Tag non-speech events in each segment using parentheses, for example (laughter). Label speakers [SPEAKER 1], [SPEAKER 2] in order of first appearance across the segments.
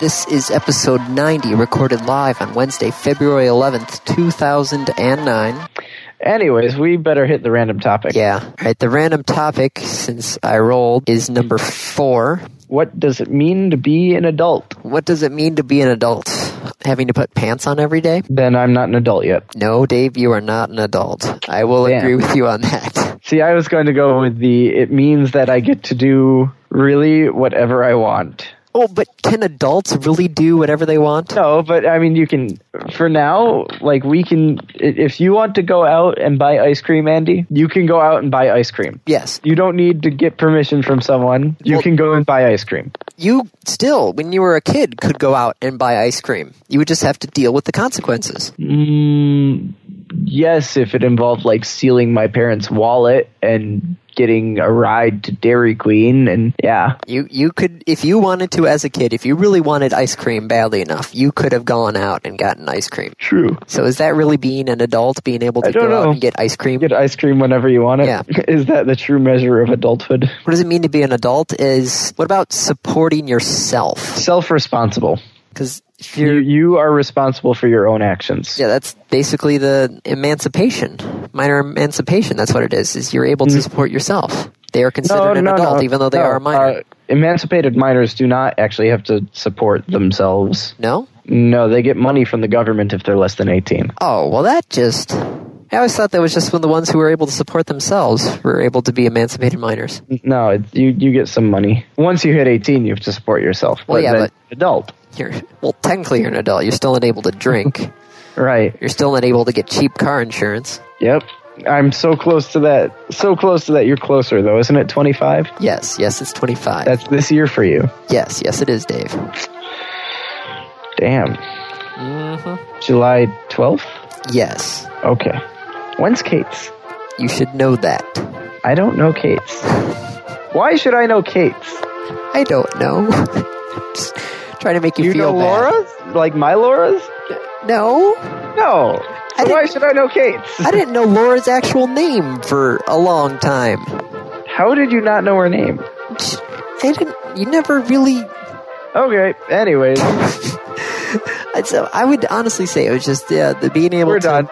[SPEAKER 1] This is episode 90, recorded live on Wednesday, February 11th, 2009.
[SPEAKER 2] Anyways, we better hit the random topic.
[SPEAKER 1] Yeah. All right, the random topic, since I rolled, is number four.
[SPEAKER 2] What does it mean to be an adult?
[SPEAKER 1] What does it mean to be an adult? Having to put pants on every day?
[SPEAKER 2] Then I'm not an adult yet.
[SPEAKER 1] No, Dave, you are not an adult. I will
[SPEAKER 2] Damn.
[SPEAKER 1] agree with you on that.
[SPEAKER 2] See, I was going to go with the it means that I get to do really whatever I want.
[SPEAKER 1] Oh, but can adults really do whatever they want?
[SPEAKER 2] No, but I mean, you can, for now, like, we can, i- if you want to go out and buy ice cream, Andy, you can go out and buy ice cream.
[SPEAKER 1] Yes.
[SPEAKER 2] You don't need to get permission from someone. You
[SPEAKER 1] Well-
[SPEAKER 2] can go and buy ice cream.
[SPEAKER 1] You still, when you were a kid, could go out and buy ice cream. You would just have to deal with the consequences.
[SPEAKER 2] Mm, yes, if it involved like stealing my parents' wallet and getting a ride to Dairy Queen, and yeah,
[SPEAKER 1] You you could if you wanted to as a kid, if you really wanted ice cream badly enough, you could have gone out and gotten ice cream.
[SPEAKER 2] true.
[SPEAKER 1] So is that really being an adult, being able to
[SPEAKER 2] I
[SPEAKER 1] go
[SPEAKER 2] don't
[SPEAKER 1] out
[SPEAKER 2] know.
[SPEAKER 1] and get ice cream?
[SPEAKER 2] Get ice cream whenever you want it. (laughs) Is
[SPEAKER 1] Yeah.
[SPEAKER 2] that the true measure of adulthood?
[SPEAKER 1] What does it mean to be an adult? Is what about supporting yourself?
[SPEAKER 2] Self-responsible.
[SPEAKER 1] Because if
[SPEAKER 2] You
[SPEAKER 1] you're
[SPEAKER 2] you are responsible for your own actions.
[SPEAKER 1] yeah, that's basically the emancipation, minor emancipation. That's what it is. Is you're able to support yourself. They are
[SPEAKER 2] Mm-hmm. No,
[SPEAKER 1] considered an
[SPEAKER 2] no,
[SPEAKER 1] adult,
[SPEAKER 2] no,
[SPEAKER 1] even though they
[SPEAKER 2] no,
[SPEAKER 1] are a minor.
[SPEAKER 2] uh, emancipated minors do not actually have to support themselves.
[SPEAKER 1] no.
[SPEAKER 2] No, they get money from the government if they're less than 18.
[SPEAKER 1] Oh well, that just. I always thought that was just when the ones who were able to support themselves were able to be emancipated minors.
[SPEAKER 2] No, it, you you get some money. Once you hit eighteen, you have to support yourself.
[SPEAKER 1] Well, yeah,
[SPEAKER 2] then
[SPEAKER 1] but-
[SPEAKER 2] adult,
[SPEAKER 1] You're well, technically you're an adult. You're still not able to
[SPEAKER 2] (laughs)
[SPEAKER 1] drink.
[SPEAKER 2] right?
[SPEAKER 1] You're still not able to get cheap car insurance.
[SPEAKER 2] Yep. I'm so close to that. So close to that. You're closer though, isn't it? Twenty five.
[SPEAKER 1] Yes, yes, it's 25.
[SPEAKER 2] That's this year for you.
[SPEAKER 1] yes, yes, it is, Dave.
[SPEAKER 2] Damn.
[SPEAKER 1] hmm
[SPEAKER 2] July twelfth.
[SPEAKER 1] Yes,
[SPEAKER 2] Okay. When's Kate's?
[SPEAKER 1] you should know that.
[SPEAKER 2] I don't know Kate's. Why should I know Kate's?
[SPEAKER 1] I don't know. (laughs) Just trying to make you,
[SPEAKER 2] You
[SPEAKER 1] feel
[SPEAKER 2] know
[SPEAKER 1] bad.
[SPEAKER 2] Laura's? Like my Laura's?
[SPEAKER 1] No,
[SPEAKER 2] No. So
[SPEAKER 1] didn't-
[SPEAKER 2] why should I know Kate's?
[SPEAKER 1] I didn't know Laura's actual name for a long time.
[SPEAKER 2] How did you not know her name?
[SPEAKER 1] Sh- I didn't. You never really.
[SPEAKER 2] Okay. Anyways,
[SPEAKER 1] So I would honestly say it was just yeah, the being able
[SPEAKER 2] we're
[SPEAKER 1] to.
[SPEAKER 2] done.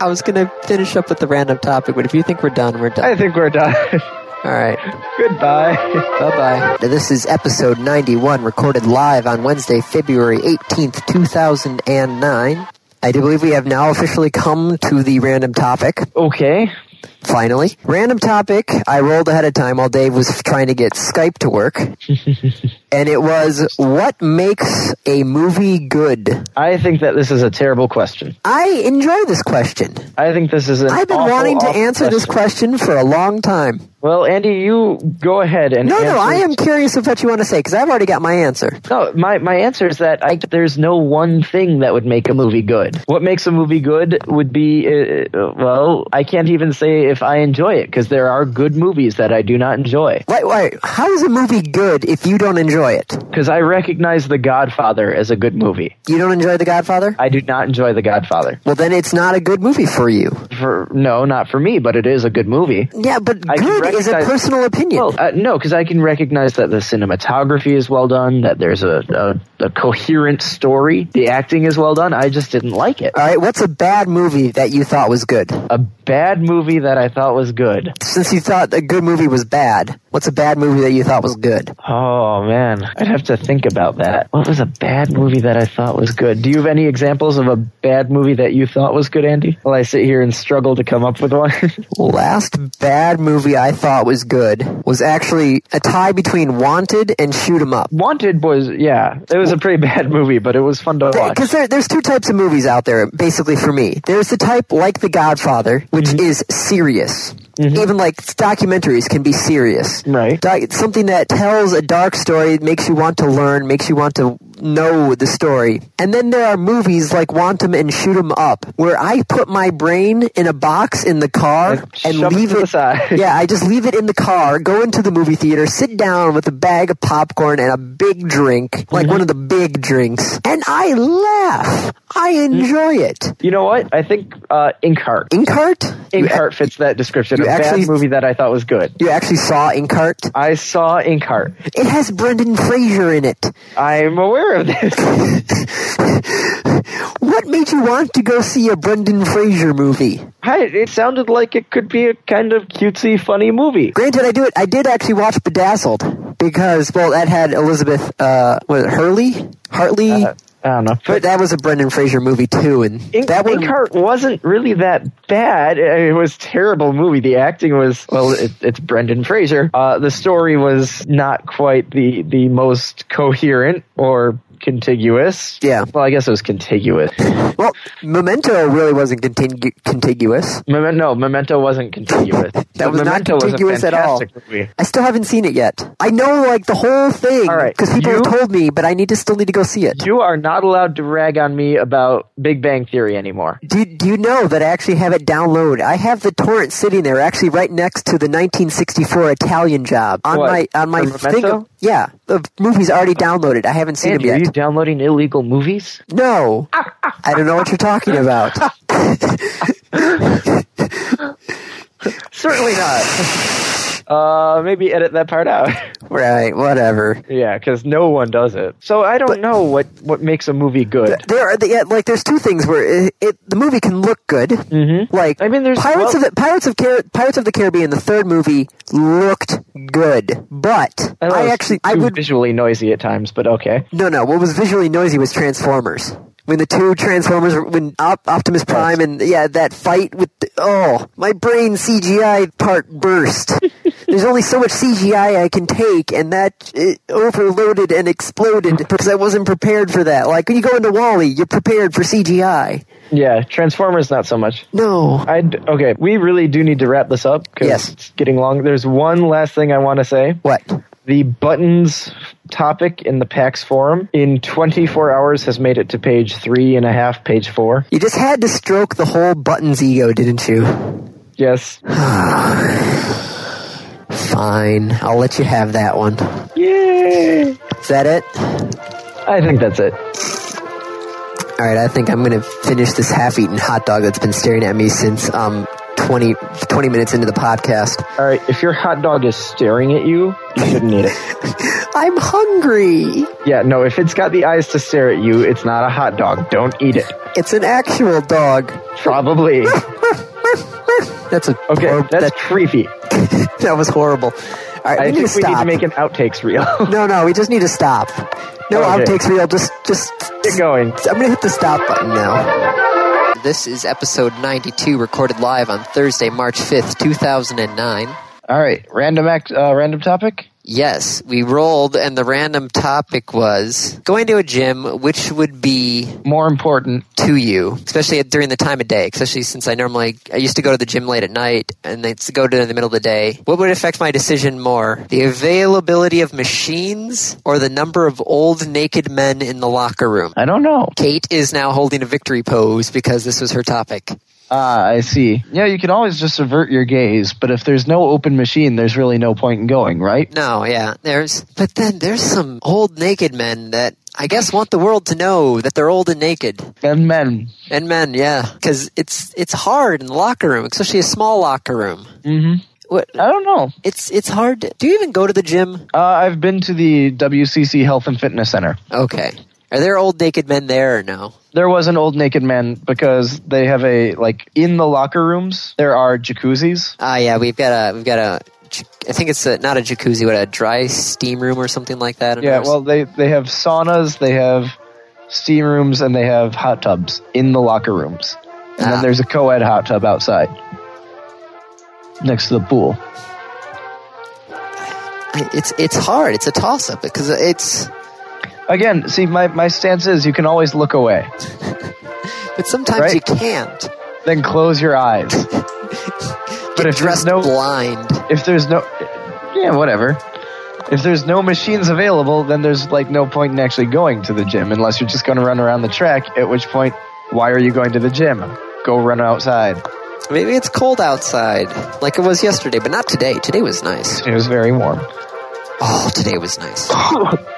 [SPEAKER 1] I was gonna finish up with the random topic, but if you think we're done, we're done.
[SPEAKER 2] I think we're done. (laughs)
[SPEAKER 1] All right.
[SPEAKER 2] Goodbye.
[SPEAKER 1] Bye bye. This is episode 91, recorded live on Wednesday, February 18th, 2009. I do believe we have now officially come to the random topic.
[SPEAKER 2] Okay.
[SPEAKER 1] Finally, random topic. I rolled ahead of time while Dave was trying to get Skype to
[SPEAKER 2] (laughs)
[SPEAKER 1] work, and it was what makes a movie good.
[SPEAKER 2] I think that this is a terrible question.
[SPEAKER 1] I enjoy this question.
[SPEAKER 2] I think this is an
[SPEAKER 1] I've been
[SPEAKER 2] awful,
[SPEAKER 1] wanting to
[SPEAKER 2] awful
[SPEAKER 1] answer this question for a long time.
[SPEAKER 2] Well, Andy, you go ahead and
[SPEAKER 1] No,
[SPEAKER 2] answer.
[SPEAKER 1] no, I am curious of what you want to say because I've already got my answer.
[SPEAKER 2] No, my, my answer is that I, there's no one thing that would make a movie good. What makes a movie good would be, uh, uh, well, I can't even say if I enjoy it because there are good movies that I do not enjoy.
[SPEAKER 1] Wait, wait. How is a movie good if you don't enjoy it?
[SPEAKER 2] Because I recognize The Godfather as a good movie.
[SPEAKER 1] You don't enjoy The Godfather?
[SPEAKER 2] I do not enjoy The Godfather.
[SPEAKER 1] Well, then it's not a good movie for you.
[SPEAKER 2] For no, not for me, but it is a good movie.
[SPEAKER 1] Yeah, but
[SPEAKER 2] I can
[SPEAKER 1] good is a
[SPEAKER 2] recognize-
[SPEAKER 1] personal opinion.
[SPEAKER 2] Well, uh, no, because I can recognize that the cinematography is well done, that there's a, a, a coherent story, the acting is well done. I just didn't like it.
[SPEAKER 1] All right, what's a bad movie that you thought was good?
[SPEAKER 2] A bad movie that I thought was good.
[SPEAKER 1] Since you thought a good movie was bad, what's a bad movie that you thought was good?
[SPEAKER 2] Oh man, I'd have to think about that. What was a bad movie that I thought was good? Do you have any examples of a bad movie that you thought was good, Andy? While I sit here and struggle to come up with one. (laughs)
[SPEAKER 1] Last bad movie I thought was good was actually a tie between Wanted and Shoot 'Em Up.
[SPEAKER 2] Wanted was yeah, it was a pretty bad movie, but it was fun to watch.
[SPEAKER 1] Because there, there's two types of movies out there, basically for me. There's the type like The Godfather, which is serious. Even like documentaries can be serious.
[SPEAKER 2] Right.
[SPEAKER 1] Doc- something that tells a dark story, makes you want to learn, makes you want to know the story. And then there are movies like Wantum and Shoot 'Em Up, where I put my brain in a box in the car
[SPEAKER 2] And
[SPEAKER 1] and
[SPEAKER 2] shove it
[SPEAKER 1] leave
[SPEAKER 2] to the
[SPEAKER 1] (laughs)
[SPEAKER 2] side.
[SPEAKER 1] yeah, I just leave it in the car, go into the movie theater, sit down with a bag of popcorn and a big drink, like
[SPEAKER 2] Mm-hmm.
[SPEAKER 1] one of the big drinks, and I laugh. I enjoy it.
[SPEAKER 2] You know what? I think uh, Inkheart.
[SPEAKER 1] Inkheart? You, ac-
[SPEAKER 2] Inkheart fits that description.
[SPEAKER 1] you
[SPEAKER 2] A
[SPEAKER 1] actually-
[SPEAKER 2] bad movie that I thought was good.
[SPEAKER 1] you actually saw Inkheart?
[SPEAKER 2] I saw Inkheart.
[SPEAKER 1] It has Brendan Fraser in it.
[SPEAKER 2] I'm aware of this. (laughs)
[SPEAKER 1] What made you want to go see a Brendan Fraser movie?
[SPEAKER 2] I, it sounded like it could be a kind of cutesy, funny movie.
[SPEAKER 1] Granted, I do it. I did actually watch Bedazzled because, well, that had Elizabeth, uh, was it Hurley, Hartley.
[SPEAKER 2] Uh, I don't know.
[SPEAKER 1] but
[SPEAKER 2] But
[SPEAKER 1] that was a Brendan Fraser movie too, and
[SPEAKER 2] Ink,
[SPEAKER 1] that one.
[SPEAKER 2] Inkheart wasn't really that bad. I mean, It was a terrible movie. The acting was well, it, it's Brendan Fraser. Uh, the story was not quite the the most coherent or contiguous.
[SPEAKER 1] Yeah.
[SPEAKER 2] Well, I guess it was contiguous.
[SPEAKER 1] Well, Memento really wasn't contigu- contiguous.
[SPEAKER 2] Mem- no, Memento wasn't contiguous.
[SPEAKER 1] That was not
[SPEAKER 2] Memento
[SPEAKER 1] contiguous
[SPEAKER 2] was a
[SPEAKER 1] at all.
[SPEAKER 2] fantastic Movie.
[SPEAKER 1] I still haven't seen it yet. I know like the whole thing
[SPEAKER 2] All right,
[SPEAKER 1] because people have
[SPEAKER 2] you-
[SPEAKER 1] told me, but I need to still need to go see it.
[SPEAKER 2] You are not allowed to rag on me about Big Bang Theory anymore.
[SPEAKER 1] Do, do you know that I actually have it downloaded? I have the torrent sitting there, actually right next to the 1964 Italian Job on
[SPEAKER 2] What,
[SPEAKER 1] my on my
[SPEAKER 2] from
[SPEAKER 1] thing.
[SPEAKER 2] Memento? Oh.
[SPEAKER 1] Yeah, the movie's already downloaded. I haven't seen
[SPEAKER 2] Andy,
[SPEAKER 1] it
[SPEAKER 2] are you
[SPEAKER 1] yet.
[SPEAKER 2] downloading illegal movies?
[SPEAKER 1] No, I don't know what you're talking
[SPEAKER 2] (laughs)
[SPEAKER 1] about.
[SPEAKER 2] Certainly not. (laughs) uh, maybe edit that part out. (laughs)
[SPEAKER 1] right, whatever.
[SPEAKER 2] yeah, because no one does it. So I don't know what what makes a movie good.
[SPEAKER 1] There are the, yeah, like there's two things where it, it the movie can look good.
[SPEAKER 2] Mm.
[SPEAKER 1] Mm-hmm. Like
[SPEAKER 2] I mean, there's-
[SPEAKER 1] Pirates
[SPEAKER 2] well-
[SPEAKER 1] of the Pirates of Car- Pirates of the Caribbean. The third movie looked good, but
[SPEAKER 2] know
[SPEAKER 1] I
[SPEAKER 2] it's
[SPEAKER 1] actually
[SPEAKER 2] too
[SPEAKER 1] I would
[SPEAKER 2] visually noisy at times, but okay.
[SPEAKER 1] No, no. What was visually noisy was Transformers. When the two Transformers, were- when Op- Optimus Prime and yeah, that fight with the, oh, my brain CGI part
[SPEAKER 2] (laughs)
[SPEAKER 1] burst. There's only so much CGI I can take, and that it overloaded and exploded because I wasn't prepared for that. Like when you go into Wally, you're prepared for CGI.
[SPEAKER 2] Yeah, Transformers not so much.
[SPEAKER 1] No,
[SPEAKER 2] I okay. We really do need to wrap this up because
[SPEAKER 1] Yes.
[SPEAKER 2] it's getting long. There's one last thing I want to say.
[SPEAKER 1] what?
[SPEAKER 2] The buttons topic in the PAX forum in 24 hours has made it to page three and a half, page four.
[SPEAKER 1] You just had to stroke the whole buttons ego, didn't you?
[SPEAKER 2] Yes.
[SPEAKER 1] Fine, I'll let you have that one.
[SPEAKER 2] Yay!
[SPEAKER 1] Is that it?
[SPEAKER 2] I think that's it.
[SPEAKER 1] All right, I think I'm going to finish this half-eaten hot dog that's been staring at me since um 20, 20 minutes into the podcast.
[SPEAKER 2] All right, if your hot dog is staring at you, you shouldn't eat it.
[SPEAKER 1] I'm hungry.
[SPEAKER 2] Yeah, no, if it's got the eyes to stare at you, it's not a hot dog. Don't eat it.
[SPEAKER 1] It's an actual dog.
[SPEAKER 2] Probably.
[SPEAKER 1] That's a
[SPEAKER 2] Okay,
[SPEAKER 1] horrib-
[SPEAKER 2] that's creepy.
[SPEAKER 1] that, that was horrible. All right,
[SPEAKER 2] I
[SPEAKER 1] we need to
[SPEAKER 2] think we need
[SPEAKER 1] stop.
[SPEAKER 2] to make an outtakes reel. (laughs)
[SPEAKER 1] no, no, we just need to stop. No
[SPEAKER 2] Oh, Okay.
[SPEAKER 1] outtakes, real. Just, just
[SPEAKER 2] Get going.
[SPEAKER 1] I'm gonna hit the stop button now. This is episode 92, recorded live on Thursday, March 5th, 2009.
[SPEAKER 2] All right, random act, uh, random topic.
[SPEAKER 1] Yes, we rolled, and the random topic was going to a gym, which would be
[SPEAKER 2] More important.
[SPEAKER 1] to you, especially at- during the time of day, especially since I normally, I used to go to the gym late at night and then to go to the middle of the day. What would affect my decision more? The availability of machines or the number of old naked men in the locker room?
[SPEAKER 2] I don't know.
[SPEAKER 1] Kate is now holding a victory pose because this was her topic.
[SPEAKER 2] Ah, I see. Yeah, you can always just avert your gaze, but if there's no open machine, there's really no point in going, right?
[SPEAKER 1] No, yeah. There's but then there's some old naked men that I guess want the world to know that they're old and naked.
[SPEAKER 2] And men.
[SPEAKER 1] And men, yeah, because it's it's hard in the locker room, especially a small locker room.
[SPEAKER 2] Mm-hmm.
[SPEAKER 1] What
[SPEAKER 2] I don't know.
[SPEAKER 1] it's it's hard. To, do you even go to the gym?
[SPEAKER 2] Uh, I've been to the WCC Health and Fitness Center.
[SPEAKER 1] Okay, are there old naked men there or no?
[SPEAKER 2] There was an old naked man because they have a like in the locker rooms there are jacuzzis.
[SPEAKER 1] Ah, yeah, we've got a we've got a. j- I think it's a, not a jacuzzi, but a dry steam room or something like that. in
[SPEAKER 2] Yeah,
[SPEAKER 1] ours.
[SPEAKER 2] well they they have saunas, they have steam rooms, and they have hot tubs in the locker rooms. And
[SPEAKER 1] Ah.
[SPEAKER 2] then there's a co-ed hot tub outside next to the pool.
[SPEAKER 1] I- it's it's hard. It's a toss up because it's
[SPEAKER 2] Again, see my my stance is you can always look away,
[SPEAKER 1] but sometimes
[SPEAKER 2] Right.
[SPEAKER 1] you can't.
[SPEAKER 2] then close your eyes. but
[SPEAKER 1] Get
[SPEAKER 2] if there's
[SPEAKER 1] dressed
[SPEAKER 2] no
[SPEAKER 1] blind.
[SPEAKER 2] if there's no yeah whatever
[SPEAKER 3] If there's no machines available, then there's like no point in actually going to the gym unless you're just going to run around the track, at which point, why are you going to the gym? Go run outside.
[SPEAKER 1] Maybe it's cold outside, like it was yesterday, but not today. Today was nice.
[SPEAKER 3] It was very
[SPEAKER 1] (laughs)
[SPEAKER 3] warm.
[SPEAKER 1] Oh, today was nice.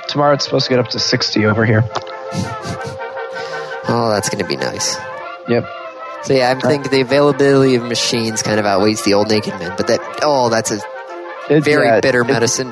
[SPEAKER 3] Tomorrow it's supposed to get up to 60 over here.
[SPEAKER 1] Oh, that's going to be nice.
[SPEAKER 3] Yep.
[SPEAKER 1] So yeah, I'm thinking the availability of machines kind of outweighs the old naked men, but that oh, that's a
[SPEAKER 3] It-
[SPEAKER 1] very
[SPEAKER 3] yeah,
[SPEAKER 1] bitter
[SPEAKER 3] it-
[SPEAKER 1] medicine,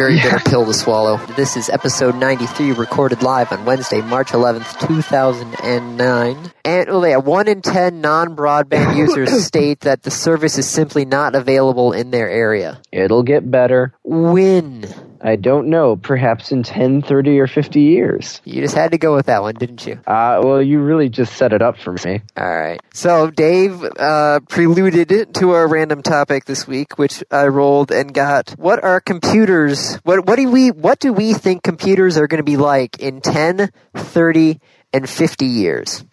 [SPEAKER 1] very bitter pill to swallow. This is episode 93, recorded live on Wednesday, March 11th, 2009. And well, yeah, one in ten non-broadband users state that the service is simply not available in their area.
[SPEAKER 2] It'll get better.
[SPEAKER 1] Win.
[SPEAKER 2] I don't know. Perhaps in 10, 30, or 50 years.
[SPEAKER 1] You just had to go with that one, didn't you?
[SPEAKER 2] Uh, well, you really just set it up for me.
[SPEAKER 1] All right. So Dave uh, preluded it to our random topic this week, which I rolled and got. What are computers? What what do we what do we think computers are going to be like in 10, 30, and 50 years?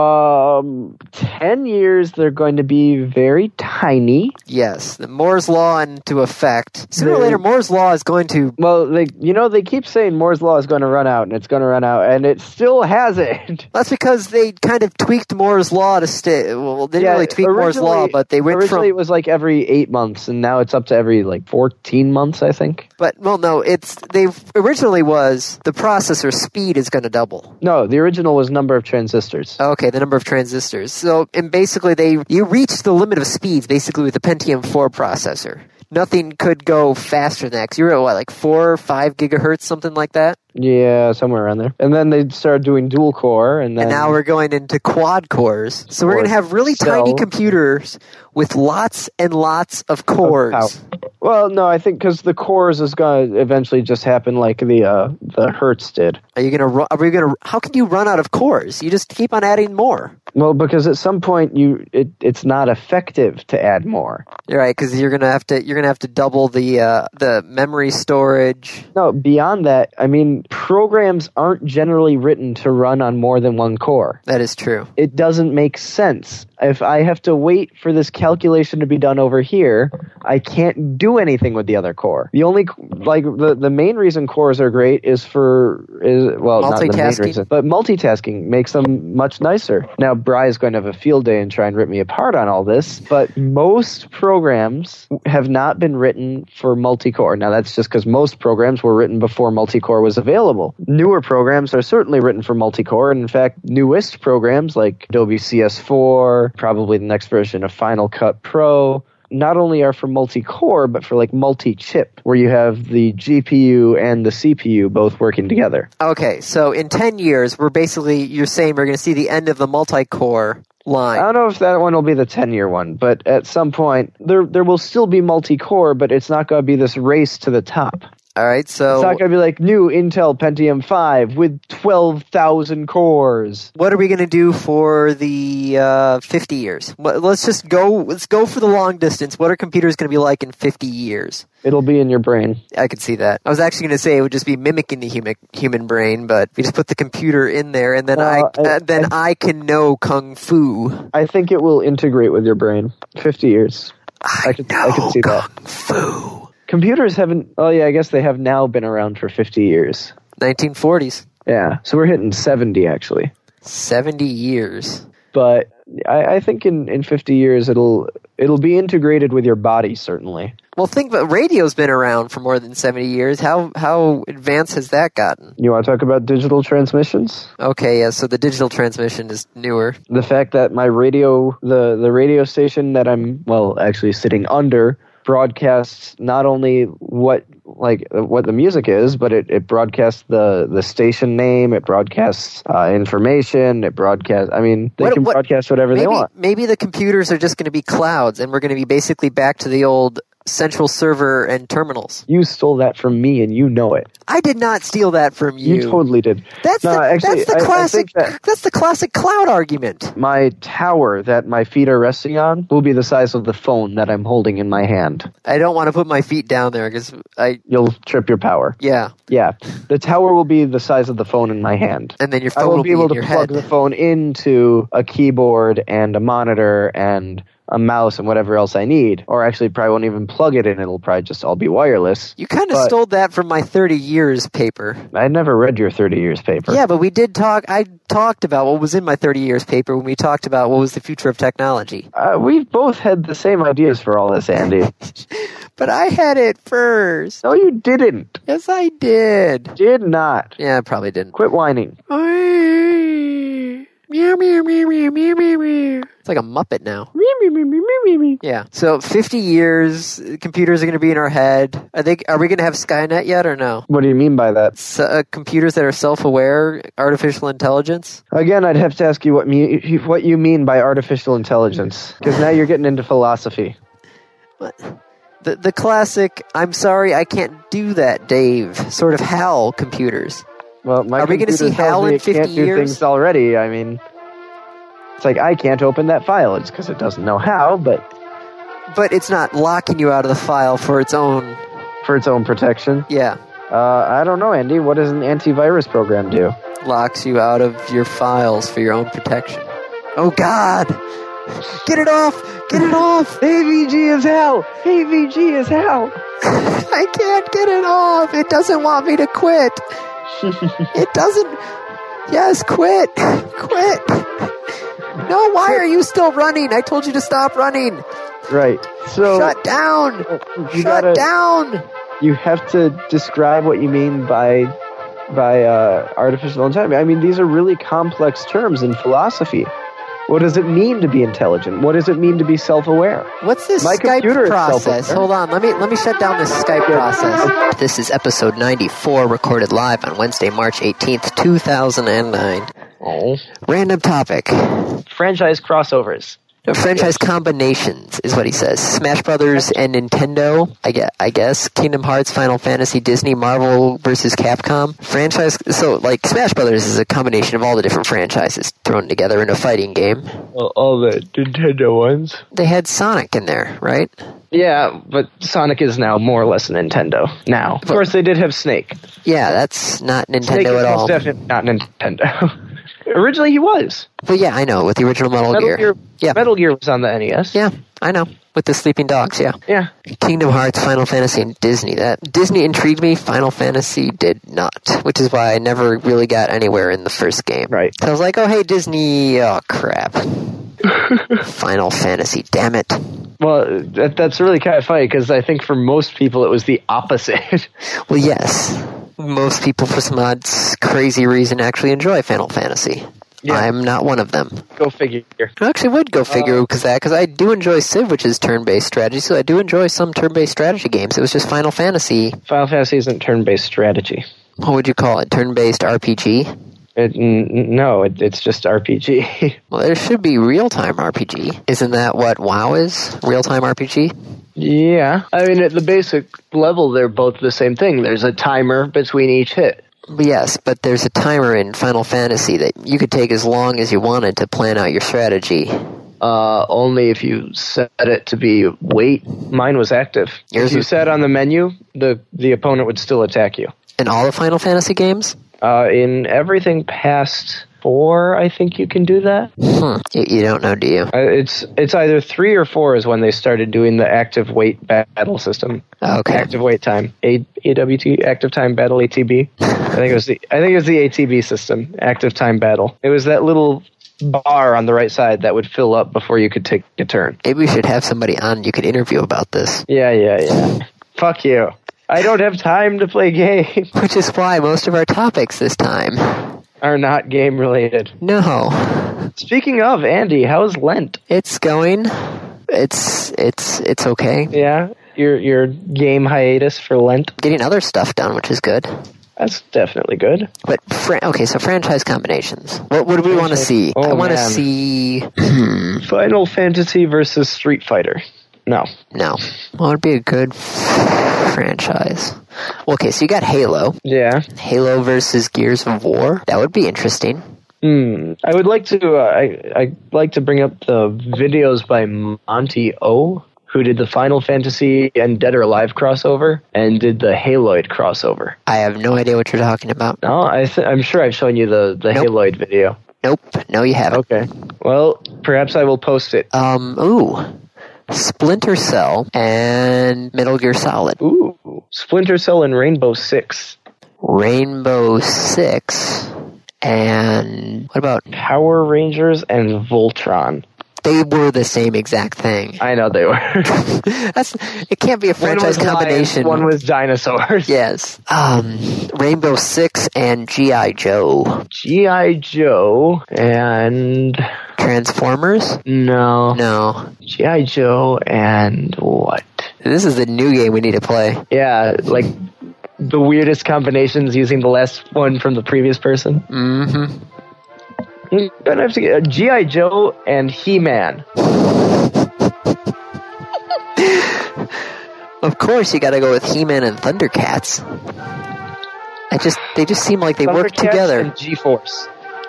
[SPEAKER 2] Um, 10 years, they're going to be very tiny.
[SPEAKER 1] Yes, the Moore's law into effect. Sooner or
[SPEAKER 2] Very-
[SPEAKER 1] later, Moore's law is going to.
[SPEAKER 2] Well, they, you know, they keep saying Moore's Law is going to run out, and it's going to run out, and it still (laughs) hasn't.
[SPEAKER 1] That's because they kind of tweaked Moore's law to stay. Well, they didn't really tweak Moore's law,
[SPEAKER 2] originally-
[SPEAKER 1] but they went
[SPEAKER 2] originally
[SPEAKER 1] from
[SPEAKER 2] it was like every eight months, and now it's up to every like fourteen months, I think.
[SPEAKER 1] But well, no, it's they originally was the processor speed is going to double.
[SPEAKER 2] No, the original was number of transistors.
[SPEAKER 1] Okay, the number of transistors. So, and basically, they you reach the limit of speeds basically with the Pentium 4 processor. Nothing could go faster than that. 'cause you're at what, like four, five gigahertz, something like that.
[SPEAKER 2] Yeah, somewhere around there. And then they started doing dual core, and then
[SPEAKER 1] And now we're going into quad cores. So we're
[SPEAKER 2] Or
[SPEAKER 1] going to have really
[SPEAKER 2] cell.
[SPEAKER 1] tiny computers with lots and lots of cores.
[SPEAKER 2] well, no, I think because the cores is going to eventually just happen like the uh, the Hertz did.
[SPEAKER 1] Are you going to? ru- Are we going to? How can you run out of cores? You just keep on adding more.
[SPEAKER 2] Well, because at some point you it, it's not effective to add more.
[SPEAKER 1] You're right, because you're gonna have to you're gonna have to double the uh, the memory storage.
[SPEAKER 2] No, beyond that, I mean, programs aren't generally written to run on more than one core.
[SPEAKER 1] That is true.
[SPEAKER 2] it doesn't make sense. If I have to wait for this calculation to be done over here, I can't do anything with the other core. The only like the, the main reason cores are great is for is well not the main
[SPEAKER 1] Multitasking.
[SPEAKER 2] reason, but multitasking makes them much nicer. Now Bry is going to have a field day and try and rip me apart on all this, but most programs have not been written for multi-core. Now that's just because most programs were written before multi-core was available. Newer programs are certainly written for multi-core, and in fact, newest programs like Adobe CS4, probably the next version of Final Cut Pro, not only are for multi-core but for like multi-chip, where you have the GPU and the CPU both working together.
[SPEAKER 1] Okay, so in ten years, we're basically you're saying we're gonna see the end of the multi-core
[SPEAKER 2] I
[SPEAKER 1] line.
[SPEAKER 2] don't know if that one will be the 10 year one, but at some point there there will still be multi core, but it's not going to be this race to the top.
[SPEAKER 1] All right,
[SPEAKER 2] It's
[SPEAKER 1] so
[SPEAKER 2] not going to be like new Intel Pentium 5 with 12,000 cores.
[SPEAKER 1] what are we gonna do for the uh, fifty years? What, let's just go. Let's go for the long distance. What are computers gonna be like in fifty years?
[SPEAKER 2] It'll be in your brain.
[SPEAKER 1] I could see that. I was actually gonna say it would just be mimicking the human human brain, but we just put the computer in there, and then
[SPEAKER 2] Well,
[SPEAKER 1] I,
[SPEAKER 2] I-
[SPEAKER 1] uh, then I can know kung fu.
[SPEAKER 2] I think it will integrate with your brain. 50 years. I could, I could see that.
[SPEAKER 1] Fu.
[SPEAKER 2] Computers haven't, oh yeah, I guess they have now been around for 50 years.
[SPEAKER 1] 1940s.
[SPEAKER 2] Yeah, so we're hitting 70 actually.
[SPEAKER 1] 70 years.
[SPEAKER 2] But I, I think in, in 50 years it'll it'll be integrated with your body certainly.
[SPEAKER 1] Well, think about radio's been around for more than 70 years. How how advanced has that gotten?
[SPEAKER 2] You want to talk about digital transmissions?
[SPEAKER 1] Okay, yeah, so the digital transmission is newer.
[SPEAKER 2] The fact that my radio, the, the radio station that I'm, well, actually sitting under, broadcasts not only what like uh, what the music is, but it, it broadcasts the, the station name, it broadcasts uh, information, it broadcasts. I mean, they
[SPEAKER 1] What-
[SPEAKER 2] can
[SPEAKER 1] what-
[SPEAKER 2] broadcast whatever they
[SPEAKER 1] Maybe
[SPEAKER 2] want.
[SPEAKER 1] maybe the computers are just going to be clouds and we're going to be basically back to the old central server and terminals.
[SPEAKER 2] You stole that from me, and you know it.
[SPEAKER 1] I did not steal that from you.
[SPEAKER 2] You, totally did.
[SPEAKER 1] that's
[SPEAKER 2] No,
[SPEAKER 1] the,
[SPEAKER 2] actually,
[SPEAKER 1] that's
[SPEAKER 2] I- I
[SPEAKER 1] the
[SPEAKER 2] think
[SPEAKER 1] classic
[SPEAKER 2] that-
[SPEAKER 1] that's the classic cloud argument.
[SPEAKER 2] My tower that my feet are resting on will be the size of the phone that I'm holding in my hand.
[SPEAKER 1] I don't want to put my feet down there cuz I
[SPEAKER 2] You'll trip your power.
[SPEAKER 1] yeah,
[SPEAKER 2] Yeah, the tower will be the size of the phone in my hand.
[SPEAKER 1] and then your phone
[SPEAKER 2] I will
[SPEAKER 1] will
[SPEAKER 2] be able
[SPEAKER 1] in
[SPEAKER 2] to
[SPEAKER 1] your head.
[SPEAKER 2] plug the phone into a keyboard and a monitor and a mouse and whatever else I need. Or actually, probably won't even plug it in. It'll probably just all be wireless.
[SPEAKER 1] You kind of
[SPEAKER 2] But-
[SPEAKER 1] stole that from my 30 years paper.
[SPEAKER 2] I never read your 30 years paper.
[SPEAKER 1] Yeah, but we did talk. I talked about what was in my 30 years paper when we talked about what was the future of technology. (laughs)
[SPEAKER 2] Uh, we've both had the same ideas for all this, Andy.
[SPEAKER 1] But I had it first.
[SPEAKER 2] no, you didn't.
[SPEAKER 1] Yes, I did.
[SPEAKER 2] Did not.
[SPEAKER 1] Yeah, I probably didn't.
[SPEAKER 2] Quit whining.
[SPEAKER 1] It's like a Muppet now. Yeah. So 50 years, computers are going to be in our head. Are they? Are we going to have Skynet yet or no?
[SPEAKER 2] What do you mean by that?
[SPEAKER 1] S uh, computers that are self-aware, artificial intelligence.
[SPEAKER 2] Again, I'd have to ask you what me, what you mean by artificial intelligence, because now you're getting into philosophy.
[SPEAKER 1] The the classic. I'm sorry, I can't do that, Dave. Sort of HAL computers.
[SPEAKER 2] Well, my
[SPEAKER 1] Are we gonna
[SPEAKER 2] computer
[SPEAKER 1] see
[SPEAKER 2] tells
[SPEAKER 1] Hal
[SPEAKER 2] me
[SPEAKER 1] in
[SPEAKER 2] it can't
[SPEAKER 1] 50
[SPEAKER 2] do
[SPEAKER 1] years?
[SPEAKER 2] things already. I mean, it's like I can't open that file. It's because it doesn't know how, but
[SPEAKER 1] But it's not locking you out of the file for its own.
[SPEAKER 2] for its own protection.
[SPEAKER 1] Yeah,
[SPEAKER 2] Uh, I don't know, Andy. What does an antivirus program do?
[SPEAKER 1] locks you out of your files for your own protection. Oh God! Get it off! Get it off! (laughs)
[SPEAKER 2] AVG is hell. AVG is hell.
[SPEAKER 1] I can't get it off. It doesn't want me to quit. it doesn't. Yes, quit. quit. No, why are you still running? I told you to stop running.
[SPEAKER 2] Right. So uh,
[SPEAKER 1] Shut down.
[SPEAKER 2] you
[SPEAKER 1] Shut
[SPEAKER 2] gotta
[SPEAKER 1] down.
[SPEAKER 2] you have to describe what you mean by by uh, artificial intelligence. I mean, these are really complex terms in philosophy. What does it mean to be intelligent? What does it mean to be self-aware?
[SPEAKER 1] What's this
[SPEAKER 2] My computer
[SPEAKER 1] Skype
[SPEAKER 2] is
[SPEAKER 1] process?
[SPEAKER 2] self-aware.
[SPEAKER 1] Hold on, let me let me shut down this Skype process. This is episode 94 recorded live on Wednesday, March 18th, 2009.
[SPEAKER 2] Oh.
[SPEAKER 1] Random topic.
[SPEAKER 2] Franchise crossovers.
[SPEAKER 1] No, franchise combinations is what he says. Smash Brothers and Nintendo, I guess, I guess. Kingdom Hearts, Final Fantasy, Disney, Marvel versus Capcom. Franchise. So, like, Smash Brothers is a combination of all the different franchises thrown together in a fighting game.
[SPEAKER 2] Well, all the Nintendo ones.
[SPEAKER 1] They had Sonic in there, right?
[SPEAKER 2] Yeah, but Sonic is now more or less a Nintendo. Now, of course, they did have Snake.
[SPEAKER 1] Yeah, that's not
[SPEAKER 2] Snake
[SPEAKER 1] Nintendo
[SPEAKER 2] is
[SPEAKER 1] at
[SPEAKER 2] most
[SPEAKER 1] all.
[SPEAKER 2] definitely not Nintendo. (laughs) Originally, he was.
[SPEAKER 1] But yeah, I know with the original Metal,
[SPEAKER 2] Metal
[SPEAKER 1] Gear.
[SPEAKER 2] Gear.
[SPEAKER 1] Yeah,
[SPEAKER 2] Metal Gear was on the NES.
[SPEAKER 1] yeah, I know with the Sleeping Dogs. Yeah,
[SPEAKER 2] Yeah.
[SPEAKER 1] Kingdom Hearts, Final Fantasy, and Disney. That Disney intrigued me. Final Fantasy did not, which is why I never really got anywhere in the first game.
[SPEAKER 2] Right.
[SPEAKER 1] So I was like, oh hey Disney, oh
[SPEAKER 2] (laughs)
[SPEAKER 1] crap. Final Fantasy, damn it.
[SPEAKER 2] Well, that, that's really kind of funny because I think for most people it was the opposite. (laughs)
[SPEAKER 1] Well, yes, most people for some odd s- crazy reason actually enjoy Final Fantasy.
[SPEAKER 2] Yeah.
[SPEAKER 1] I'm not one of them.
[SPEAKER 2] Go figure.
[SPEAKER 1] I actually would go figure because that because I do enjoy Civ, which is turn-based strategy. So I do enjoy some turn-based strategy games. It was just Final Fantasy.
[SPEAKER 2] Final Fantasy isn't turn-based strategy.
[SPEAKER 1] What would you call it? Turn-based RPG.
[SPEAKER 2] It, n- n- no, it, it's just (laughs) RPG.
[SPEAKER 1] Well, there should be real-time RPG. Isn't that what WoW is? Real-time RPG.
[SPEAKER 2] yeah, I mean at the basic level they're both the same thing. There's a timer between each hit.
[SPEAKER 1] But Yes, but there's a timer in Final Fantasy that you could take as long as you wanted to plan out your strategy.
[SPEAKER 2] Uh, only if you set it to be wait. Mine was active.
[SPEAKER 1] Yours
[SPEAKER 2] if you
[SPEAKER 1] was-
[SPEAKER 2] sat on the menu, the the opponent would still attack you.
[SPEAKER 1] In all the Final Fantasy games,
[SPEAKER 2] Uh, in everything past four, I think you can do that.
[SPEAKER 1] hmm. you, you don't know, do you?
[SPEAKER 2] Uh, it's it's either three or four is when they started doing the active wait battle system.
[SPEAKER 1] Okay.
[SPEAKER 2] Active wait time, A- AWT, active time battle ATB. I think it was the I think it was the ATB system, active time battle. It was that little bar on the right side that would fill up before you could take a turn.
[SPEAKER 1] Maybe we should have somebody on you could interview about this.
[SPEAKER 2] Yeah, yeah, yeah. Fuck you. I don't have time to play (laughs) games.
[SPEAKER 1] Which is why most of our topics this time.
[SPEAKER 2] Are not game related.
[SPEAKER 1] No.
[SPEAKER 2] Speaking of Andy, how's Lent?
[SPEAKER 1] It's going. It's it's it's okay.
[SPEAKER 2] Yeah, your your game hiatus for Lent.
[SPEAKER 1] Getting other stuff done, which is good.
[SPEAKER 2] That's definitely good.
[SPEAKER 1] But fra- okay, so franchise combinations. What what do we want to see?
[SPEAKER 2] Oh,
[SPEAKER 1] I want to
[SPEAKER 2] man.
[SPEAKER 1] see
[SPEAKER 2] Final Fantasy versus Street Fighter. No.
[SPEAKER 1] no. What would be a good f- franchise? Well, okay, so you got Halo.
[SPEAKER 2] Yeah.
[SPEAKER 1] Halo versus Gears of War. That would be interesting.
[SPEAKER 2] Hmm. I would like to. Uh, I I like to bring up the videos by Monty O, who did the Final Fantasy and Dead or Alive crossover, and did the Haloid crossover.
[SPEAKER 1] I have no idea what you're talking about.
[SPEAKER 2] No, I th- I'm sure I've shown you the the
[SPEAKER 1] Nope.
[SPEAKER 2] Haloid video.
[SPEAKER 1] Nope. No, you haven't.
[SPEAKER 2] Okay. Well, perhaps I will post it.
[SPEAKER 1] Um, ooh. Splinter Cell and Metal Gear Solid.
[SPEAKER 2] Ooh, Splinter Cell and Rainbow Six.
[SPEAKER 1] Rainbow Six. And what about
[SPEAKER 2] Power Rangers and Voltron.
[SPEAKER 1] they were the same exact thing?
[SPEAKER 2] I know they were. (laughs)
[SPEAKER 1] (laughs) That's it. Can't be a
[SPEAKER 2] one
[SPEAKER 1] franchise
[SPEAKER 2] was lions,
[SPEAKER 1] combination.
[SPEAKER 2] one was dinosaurs.
[SPEAKER 1] yes. Um, Rainbow Six and GI Joe
[SPEAKER 2] G.I. Joe and
[SPEAKER 1] Transformers.
[SPEAKER 2] no.
[SPEAKER 1] No,
[SPEAKER 2] G.I. Joe and what?
[SPEAKER 1] this is the new game we need to play.
[SPEAKER 2] Yeah, like the weirdest combinations using the last one from the previous person.
[SPEAKER 1] Mm-hmm.
[SPEAKER 2] I'm gonna have to get uh, G.I. Joe and He Man.
[SPEAKER 1] Of course, you got to go with He-Man and Thundercats. I just they just seem like they work together.
[SPEAKER 2] G Force.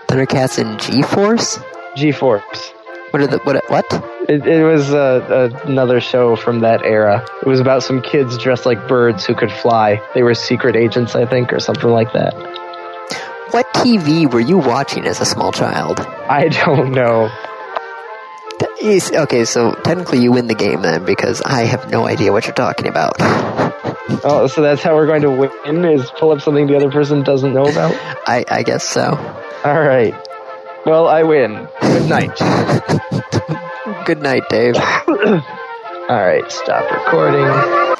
[SPEAKER 1] Thundercats and G-Force.
[SPEAKER 2] G Force.
[SPEAKER 1] What are the what? What?
[SPEAKER 2] It, it was uh, uh, another show from that era. It was about some kids dressed like birds who could fly. They were secret agents, I think, or something like that.
[SPEAKER 1] What TV were you watching as a small child?
[SPEAKER 2] I (laughs) don't know.
[SPEAKER 1] That is- Okay, so technically you win the game then because I have no idea what you're talking about.
[SPEAKER 2] Oh, so that's how we're going to win? Is pull up something the other person doesn't know (laughs) about?
[SPEAKER 1] I, I guess so.
[SPEAKER 2] All right. Well, I win. Good night.
[SPEAKER 1] Good night, Dave.
[SPEAKER 2] All right, stop recording.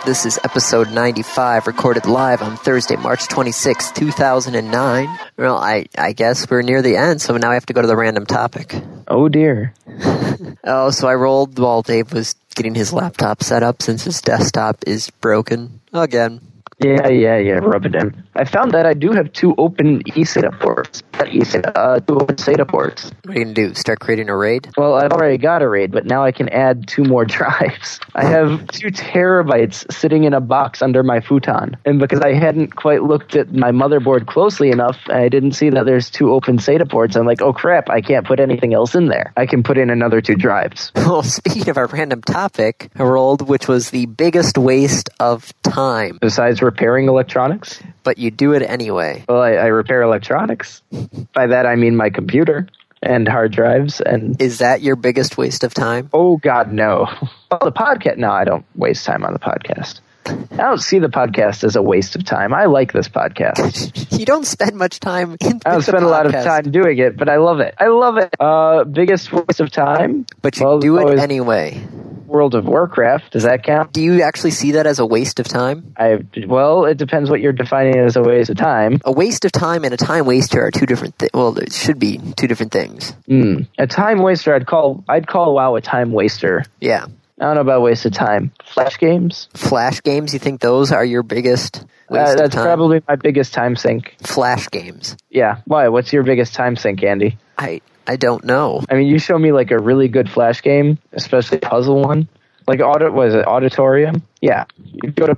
[SPEAKER 1] This is episode 95, recorded live on Thursday, March 26, 2009. Well, I, I guess we're near the end, so now I have to go to the random topic.
[SPEAKER 2] Oh dear.
[SPEAKER 1] Oh, so I rolled while Dave was getting his laptop set up since his desktop is broken again.
[SPEAKER 2] Yeah, yeah, yeah. Rub it in. I found that I do have two open eSATA ports. Not eSATA, uh, two open SATA ports.
[SPEAKER 1] What are you going to do? Start creating a raid?
[SPEAKER 2] Well, I've already got a RAID, but now I can add two more (laughs) drives. I have two terabytes sitting in a box under my futon. And because I hadn't quite looked at my motherboard closely enough, I didn't see that there's two open SATA ports. I'm like, oh crap, I can't put anything else in there. I can put in another two drives.
[SPEAKER 1] Well, (laughs) speaking of our random topic, I rolled, which was the biggest waste of time,
[SPEAKER 2] Besides repairing electronics?
[SPEAKER 1] but you do it anyway.
[SPEAKER 2] Well, I, I repair electronics. By that, I mean my computer and hard drives and
[SPEAKER 1] Is that your biggest waste of time? (laughs)
[SPEAKER 2] Oh God, no! Well, the podcast. No, I don't waste time on the podcast. I don't see the podcast as a waste of time. I like this podcast.
[SPEAKER 1] You don't spend much time in
[SPEAKER 2] I don't
[SPEAKER 1] with the
[SPEAKER 2] spend a lot of
[SPEAKER 1] podcast,
[SPEAKER 2] time doing it, but I love it. I love it. Uh, biggest waste of time,
[SPEAKER 1] but you
[SPEAKER 2] Well,
[SPEAKER 1] do it
[SPEAKER 2] always
[SPEAKER 1] anyway.
[SPEAKER 2] World of Warcraft. Does that count?
[SPEAKER 1] Do you actually see that as a waste of time?
[SPEAKER 2] I well, it depends what you're defining as a waste of time.
[SPEAKER 1] A waste of time and a time waster are two different things. Well, it should be two different things.
[SPEAKER 2] Mm. A time waster. I'd call. I'd call WoW a time waster.
[SPEAKER 1] Yeah.
[SPEAKER 2] I don't know about waste of time. Flash games.
[SPEAKER 1] Flash games, you think those are your biggest waste
[SPEAKER 2] Uh,
[SPEAKER 1] of
[SPEAKER 2] that's
[SPEAKER 1] time?
[SPEAKER 2] probably my biggest time sink.
[SPEAKER 1] Flash games.
[SPEAKER 2] Yeah. Why? What's your biggest time sink, Andy?
[SPEAKER 1] I, I don't know.
[SPEAKER 2] I mean, you show me like a really good flash game, especially a puzzle one. Like audit was it Auditorium? Yeah, you go to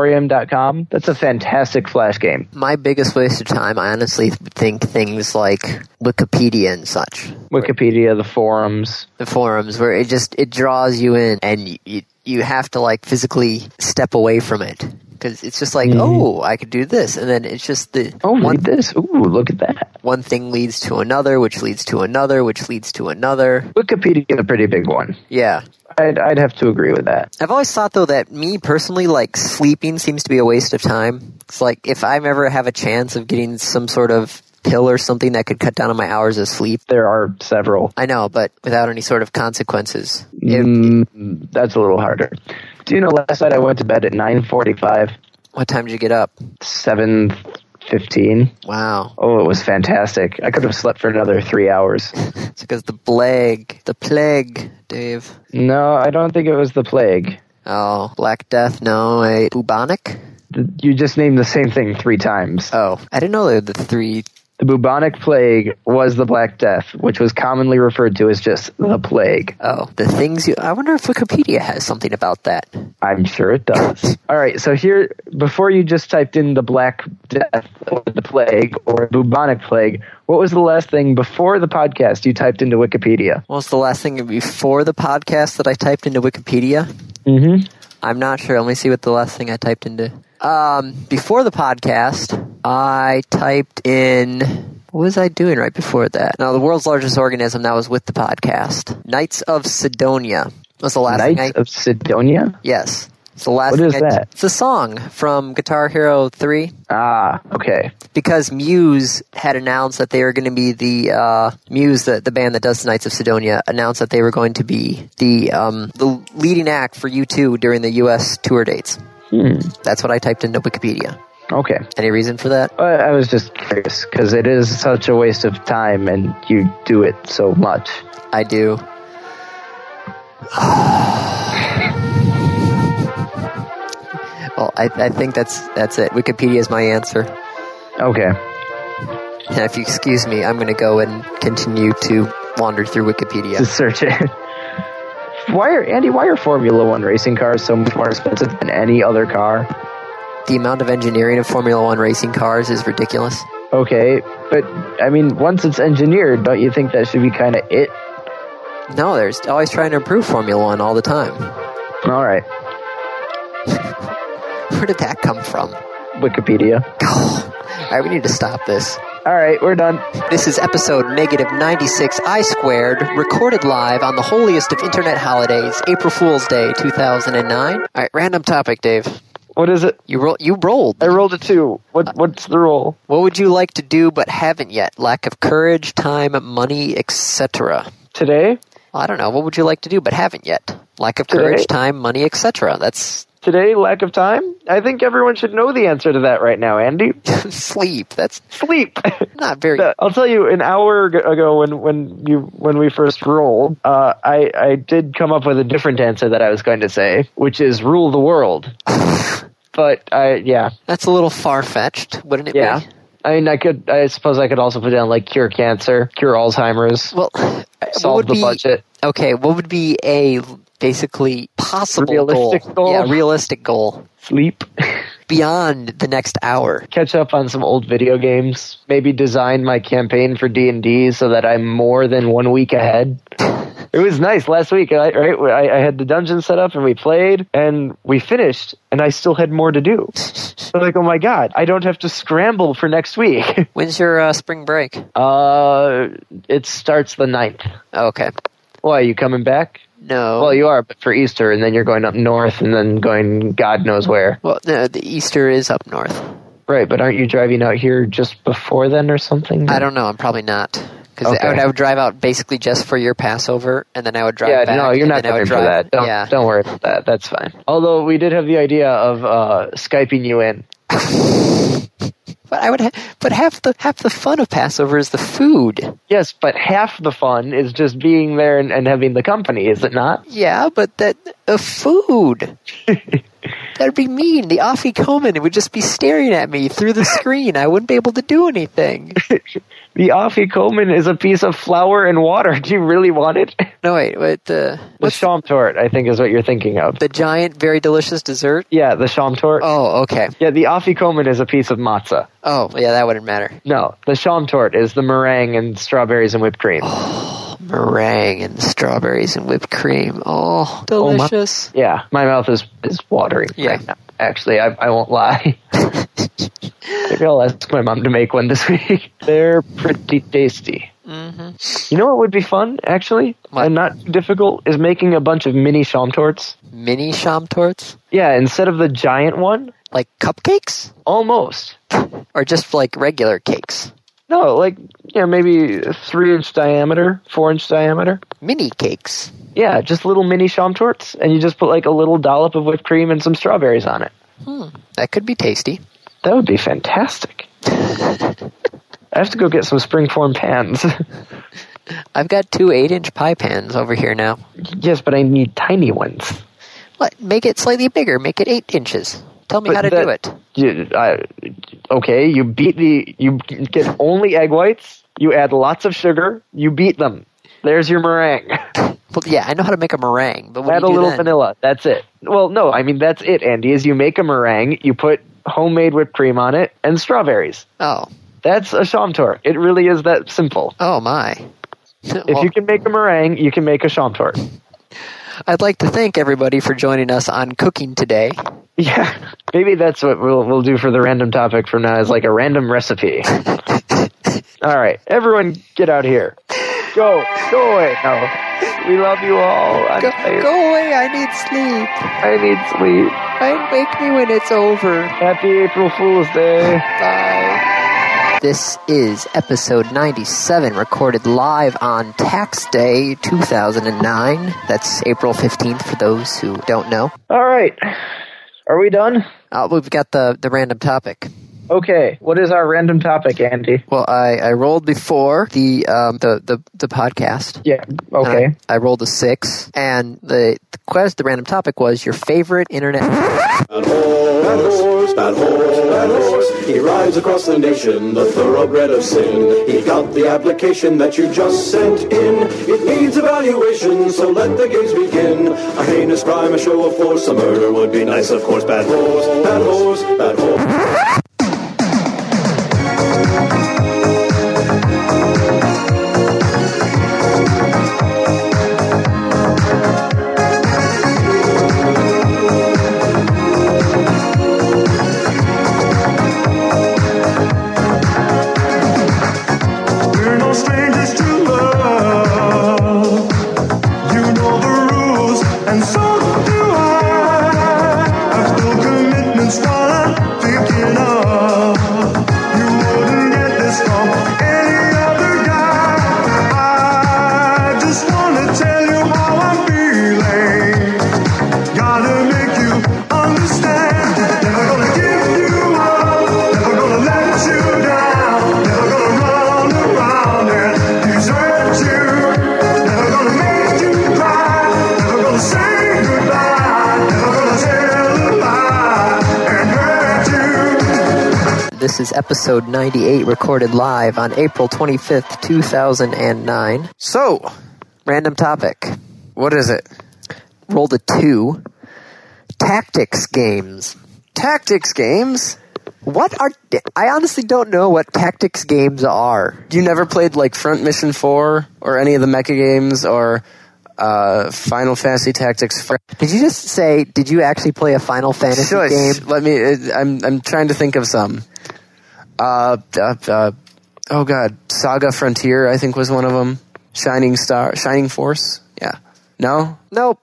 [SPEAKER 2] playauditorium.com. That's a fantastic flash game.
[SPEAKER 1] My biggest waste of time, I honestly think things like Wikipedia and such.
[SPEAKER 2] Wikipedia, the forums.
[SPEAKER 1] the forums where it just it draws you in and you you have to like physically step away from it because it's just like oh I could do this and then it's just the
[SPEAKER 2] Oh,
[SPEAKER 1] one
[SPEAKER 2] read this. Ooh, look at that.
[SPEAKER 1] one thing leads to another which leads to another which leads to another
[SPEAKER 2] Wikipedia is a pretty big one.
[SPEAKER 1] yeah
[SPEAKER 2] I'd I'd have to agree with that.
[SPEAKER 1] I've always thought though that me personally like sleeping seems to be a waste of time it's like if I ever have a chance of getting some sort of pill or something that could cut down on my hours of sleep
[SPEAKER 2] There are several.
[SPEAKER 1] I know but without any sort of consequences It-
[SPEAKER 2] Mm, that's a little harder. Do you know? Last night I went to bed at nine forty-five,
[SPEAKER 1] what time did you get up
[SPEAKER 2] seven fifteen.
[SPEAKER 1] wow
[SPEAKER 2] Oh, it was fantastic. I could have slept for another three hours.
[SPEAKER 1] It's because the plague, the plague, Dave.
[SPEAKER 2] No, I don't think it was the plague.
[SPEAKER 1] Oh, Black Death. No, a bubonic.
[SPEAKER 2] Th- You just named the same thing three times. Uh,
[SPEAKER 1] Oh, I didn't know there were the three.
[SPEAKER 2] The bubonic plague was the Black Death, which was commonly referred to as just the plague.
[SPEAKER 1] Oh, the things you. I wonder if Wikipedia has something about that.
[SPEAKER 2] I'm sure it does. All right, so here, before you just typed in the Black Death or the plague or bubonic plague, what was the last thing before the podcast you typed into Wikipedia?
[SPEAKER 1] What was the last thing before the podcast that I typed into Wikipedia?
[SPEAKER 2] Mm-hmm.
[SPEAKER 1] I'm not sure. Let me see what the last thing I typed into. Um, before the podcast, I typed in What was I doing right before that? Now, the world's largest organism that was with the podcast. Knights of Sidonia was the last thing I.
[SPEAKER 2] Knights of Sidonia?
[SPEAKER 1] yes. It's the last
[SPEAKER 2] What
[SPEAKER 1] thing
[SPEAKER 2] is
[SPEAKER 1] I-
[SPEAKER 2] that?
[SPEAKER 1] It's a song from Guitar Hero 3
[SPEAKER 2] Ah, okay.
[SPEAKER 1] because Muse had announced that they were going to be the uh, Muse, the, the band that does the Knights of Sidonia, announced that they were going to be the um, the leading act for U2 during the U.S. tour dates.
[SPEAKER 2] Hmm.
[SPEAKER 1] That's what I typed into Wikipedia.
[SPEAKER 2] Okay.
[SPEAKER 1] Any reason for that?
[SPEAKER 2] I I was just curious because it is such a waste of time, and you do it so much.
[SPEAKER 1] I do. (sighs) well, I, I think that's that's it. Wikipedia is my answer. (laughs)
[SPEAKER 2] Okay.
[SPEAKER 1] And if you excuse me, I'm going to go and continue to wander through Wikipedia.
[SPEAKER 2] Just search it. (laughs) Why are Andy? Why are Formula One racing cars so much more expensive than any other car?
[SPEAKER 1] The amount of engineering of Formula One racing cars is ridiculous.
[SPEAKER 2] Okay, but I mean, once it's engineered, don't you think that should be kind of it?
[SPEAKER 1] No, they're st- always trying to improve Formula One all the time. (laughs)
[SPEAKER 2] All right,
[SPEAKER 1] Where did that come from? (sighs)
[SPEAKER 2] Wikipedia.
[SPEAKER 1] all right, we need to stop this.
[SPEAKER 2] All right, we're done.
[SPEAKER 1] This is episode negative 96 I squared, recorded live on the holiest of internet holidays, April Fool's Day 2009. All right, random topic, Dave.
[SPEAKER 2] What is it?
[SPEAKER 1] You ro- you rolled.
[SPEAKER 2] I rolled a two. What? What's the roll?
[SPEAKER 1] What would you like to do but haven't yet? Lack of courage, time, money, etc.
[SPEAKER 2] Today?
[SPEAKER 1] I don't know. What would you like to do but haven't yet? Lack of courage,
[SPEAKER 2] Today?
[SPEAKER 1] time, money, etc. That's
[SPEAKER 2] Today? Lack of time? I think everyone should know the answer to that right now, Andy.
[SPEAKER 1] (laughs) sleep. That's
[SPEAKER 2] Sleep. (laughs)
[SPEAKER 1] not very.
[SPEAKER 2] The- I'll tell you, an hour ag- ago when when you when we first rolled, uh, I I did come up with a different answer that I was going to say, which is rule the world. (laughs) but I yeah
[SPEAKER 1] That's a little far fetched, wouldn't it
[SPEAKER 2] yeah.
[SPEAKER 1] be?
[SPEAKER 2] I mean, I could. I suppose I could also put down like cure cancer, cure Alzheimer's,
[SPEAKER 1] Well, what
[SPEAKER 2] solve
[SPEAKER 1] would
[SPEAKER 2] the
[SPEAKER 1] be,
[SPEAKER 2] budget.
[SPEAKER 1] Okay, what would be a basically possible
[SPEAKER 2] Realistic goal?
[SPEAKER 1] Yeah, realistic goal
[SPEAKER 2] (laughs) sleep,
[SPEAKER 1] beyond the next hour.
[SPEAKER 2] catch up on some old video games, maybe design my campaign for D and D so that I'm more than one week ahead. it was nice last week, I- right? I, I had the dungeon set up and we played and we finished, and I still had more to do. So like, oh my god, I don't have to scramble for next week. (laughs)
[SPEAKER 1] When's your uh, spring break?
[SPEAKER 2] uh, it starts the 9th.
[SPEAKER 1] Okay.
[SPEAKER 2] Why you coming back?
[SPEAKER 1] No.
[SPEAKER 2] Well, you are, but for Easter, and then you're going up north, and then going God knows where.
[SPEAKER 1] Well, no, the Easter is up north.
[SPEAKER 2] Right, but aren't you driving out here just before then or something?
[SPEAKER 1] I don't know. I'm probably not because I,
[SPEAKER 2] Okay.
[SPEAKER 1] would, I would drive out basically just for your Passover, and then I would drive.
[SPEAKER 2] Yeah,
[SPEAKER 1] back,
[SPEAKER 2] no, you're
[SPEAKER 1] and
[SPEAKER 2] not
[SPEAKER 1] then I
[SPEAKER 2] coming
[SPEAKER 1] would
[SPEAKER 2] for
[SPEAKER 1] drive-
[SPEAKER 2] that. Don't,
[SPEAKER 1] yeah.
[SPEAKER 2] don't worry about that. That's fine. Although we did have the idea of uh, skyping you in.
[SPEAKER 1] But I would. Ha- but half the half the fun of Passover is the food.
[SPEAKER 2] Yes, but half the fun is just being there and, and having the company, is it not?
[SPEAKER 1] Yeah, but that the food. That'd be mean. The Afi Komen would just be staring at me through the screen. I wouldn't be able to do anything.
[SPEAKER 2] The Afi Komen is a piece of flour and water. (laughs) Do you really want it?
[SPEAKER 1] No, wait. What the
[SPEAKER 2] The
[SPEAKER 1] what's
[SPEAKER 2] Schaumtort, I think, is what you're thinking of.
[SPEAKER 1] the giant, very delicious dessert?
[SPEAKER 2] Yeah, the Schaumtort.
[SPEAKER 1] Oh, okay.
[SPEAKER 2] Yeah, the Afi Komen is a piece of matzah.
[SPEAKER 1] Oh, yeah, that wouldn't matter.
[SPEAKER 2] No, the Schaumtort is the meringue and strawberries and whipped cream.
[SPEAKER 1] Meringue and strawberries and whipped cream. Oh, delicious.
[SPEAKER 2] Yeah, my mouth is is watering
[SPEAKER 1] Yeah.
[SPEAKER 2] right now. Actually, I, I won't lie. (laughs) Maybe I'll ask my mom to make one this (laughs) week. They're pretty tasty. Mm-hmm. You know what would be fun, actually,
[SPEAKER 1] What?
[SPEAKER 2] and not difficult, is making a bunch of mini Schaumtorts.
[SPEAKER 1] Mini sham torts,
[SPEAKER 2] Yeah, instead of the giant one,
[SPEAKER 1] like cupcakes,
[SPEAKER 2] almost.
[SPEAKER 1] or just like regular cakes,
[SPEAKER 2] No, like yeah, maybe three inch diameter, four inch diameter.
[SPEAKER 1] mini cakes.
[SPEAKER 2] Yeah, just little mini Schaumtorts, and you just put like a little dollop of whipped cream and some strawberries on it.
[SPEAKER 1] That could be tasty.
[SPEAKER 2] That would be (laughs) fantastic. I have to go get some springform pans.
[SPEAKER 1] I've got two eight-inch pie pans over here now.
[SPEAKER 2] (laughs) yes, but I need tiny ones.
[SPEAKER 1] Let make it slightly bigger. Make it eight inches. Tell me
[SPEAKER 2] But
[SPEAKER 1] how to
[SPEAKER 2] that-
[SPEAKER 1] do it.
[SPEAKER 2] You, I, okay, you beat the. You get only egg whites. You add lots of sugar. You beat them. There's your meringue.
[SPEAKER 1] Well, yeah, I know how to make a meringue, but what
[SPEAKER 2] add
[SPEAKER 1] do
[SPEAKER 2] a
[SPEAKER 1] you do
[SPEAKER 2] little
[SPEAKER 1] then?
[SPEAKER 2] vanilla. That's it. Well, no, I mean that's it. Andy is you make a meringue. You put homemade whipped cream on it and strawberries.
[SPEAKER 1] Oh,
[SPEAKER 2] That's a Schaumtort. It really is that simple.
[SPEAKER 1] oh my.
[SPEAKER 2] If
[SPEAKER 1] Well,
[SPEAKER 2] you can make a meringue, you can make a Schaumtort.
[SPEAKER 1] I'd like to thank everybody for joining us on cooking today.
[SPEAKER 2] (laughs)
[SPEAKER 1] (laughs)
[SPEAKER 2] Yeah, maybe that's what we'll we'll do for the random topic from now is like a random recipe. All right, everyone, get out here. Go, go away. No, we love you all. I'm
[SPEAKER 1] Go,
[SPEAKER 2] tired.
[SPEAKER 1] go away, I need sleep.
[SPEAKER 2] I need sleep.
[SPEAKER 1] I wake me when it's over.
[SPEAKER 2] Happy April Fool's Day.
[SPEAKER 1] This is episode 97, recorded live on Tax Day 2009. That's April 15th for those who don't know.
[SPEAKER 2] All right, are we done?
[SPEAKER 1] Uh, we've got the, the random topic.
[SPEAKER 2] Okay, what is our random topic, Andy?
[SPEAKER 1] Well, I, I rolled before the um, the, the, the podcast.
[SPEAKER 2] Yeah. Okay.
[SPEAKER 1] And I, I rolled a six, and the, the quest, the random topic was your favorite internet. (laughs)
[SPEAKER 4] Bad horse, bad horse, bad horse. He rides across the nation, the thoroughbred of sin. He got the application that you just sent in. It needs evaluation, so let the games begin. A heinous crime, a show of force, a murder would be nice, of course. Bad horse, bad horse, bad horse.
[SPEAKER 5] We're no strangers to love. You know the rules, and so do I. I've still commitments while I'm thinking of. You wouldn't get this from any other guy. I just wanna tell you how I'm feeling. Gotta make you understand. Never gonna give you up. Never gonna let you down. Never gonna run around and desert you. Never gonna make you cry. Never gonna say goodbye. Never gonna tell a lie and hurt you.
[SPEAKER 1] This is episode 98, recorded live on April 25th, 2009.
[SPEAKER 3] So,
[SPEAKER 1] Random topic.
[SPEAKER 3] what is it?
[SPEAKER 1] Rolled a two. Tactics games.
[SPEAKER 3] Tactics games?
[SPEAKER 1] What are. I honestly don't know what tactics games are.
[SPEAKER 6] You never played like Front Mission 4 or any of the mecha games or uh, Final Fantasy Tactics. Fr-
[SPEAKER 1] Did you just say, did you actually play a Final Fantasy
[SPEAKER 6] Shush.
[SPEAKER 1] game?
[SPEAKER 6] Let me. It, I'm I'm trying to think of some. Uh, uh, uh, oh God, Saga Frontier. I think was one of them. Shining Star, Shining Force. Yeah. No.
[SPEAKER 1] Nope.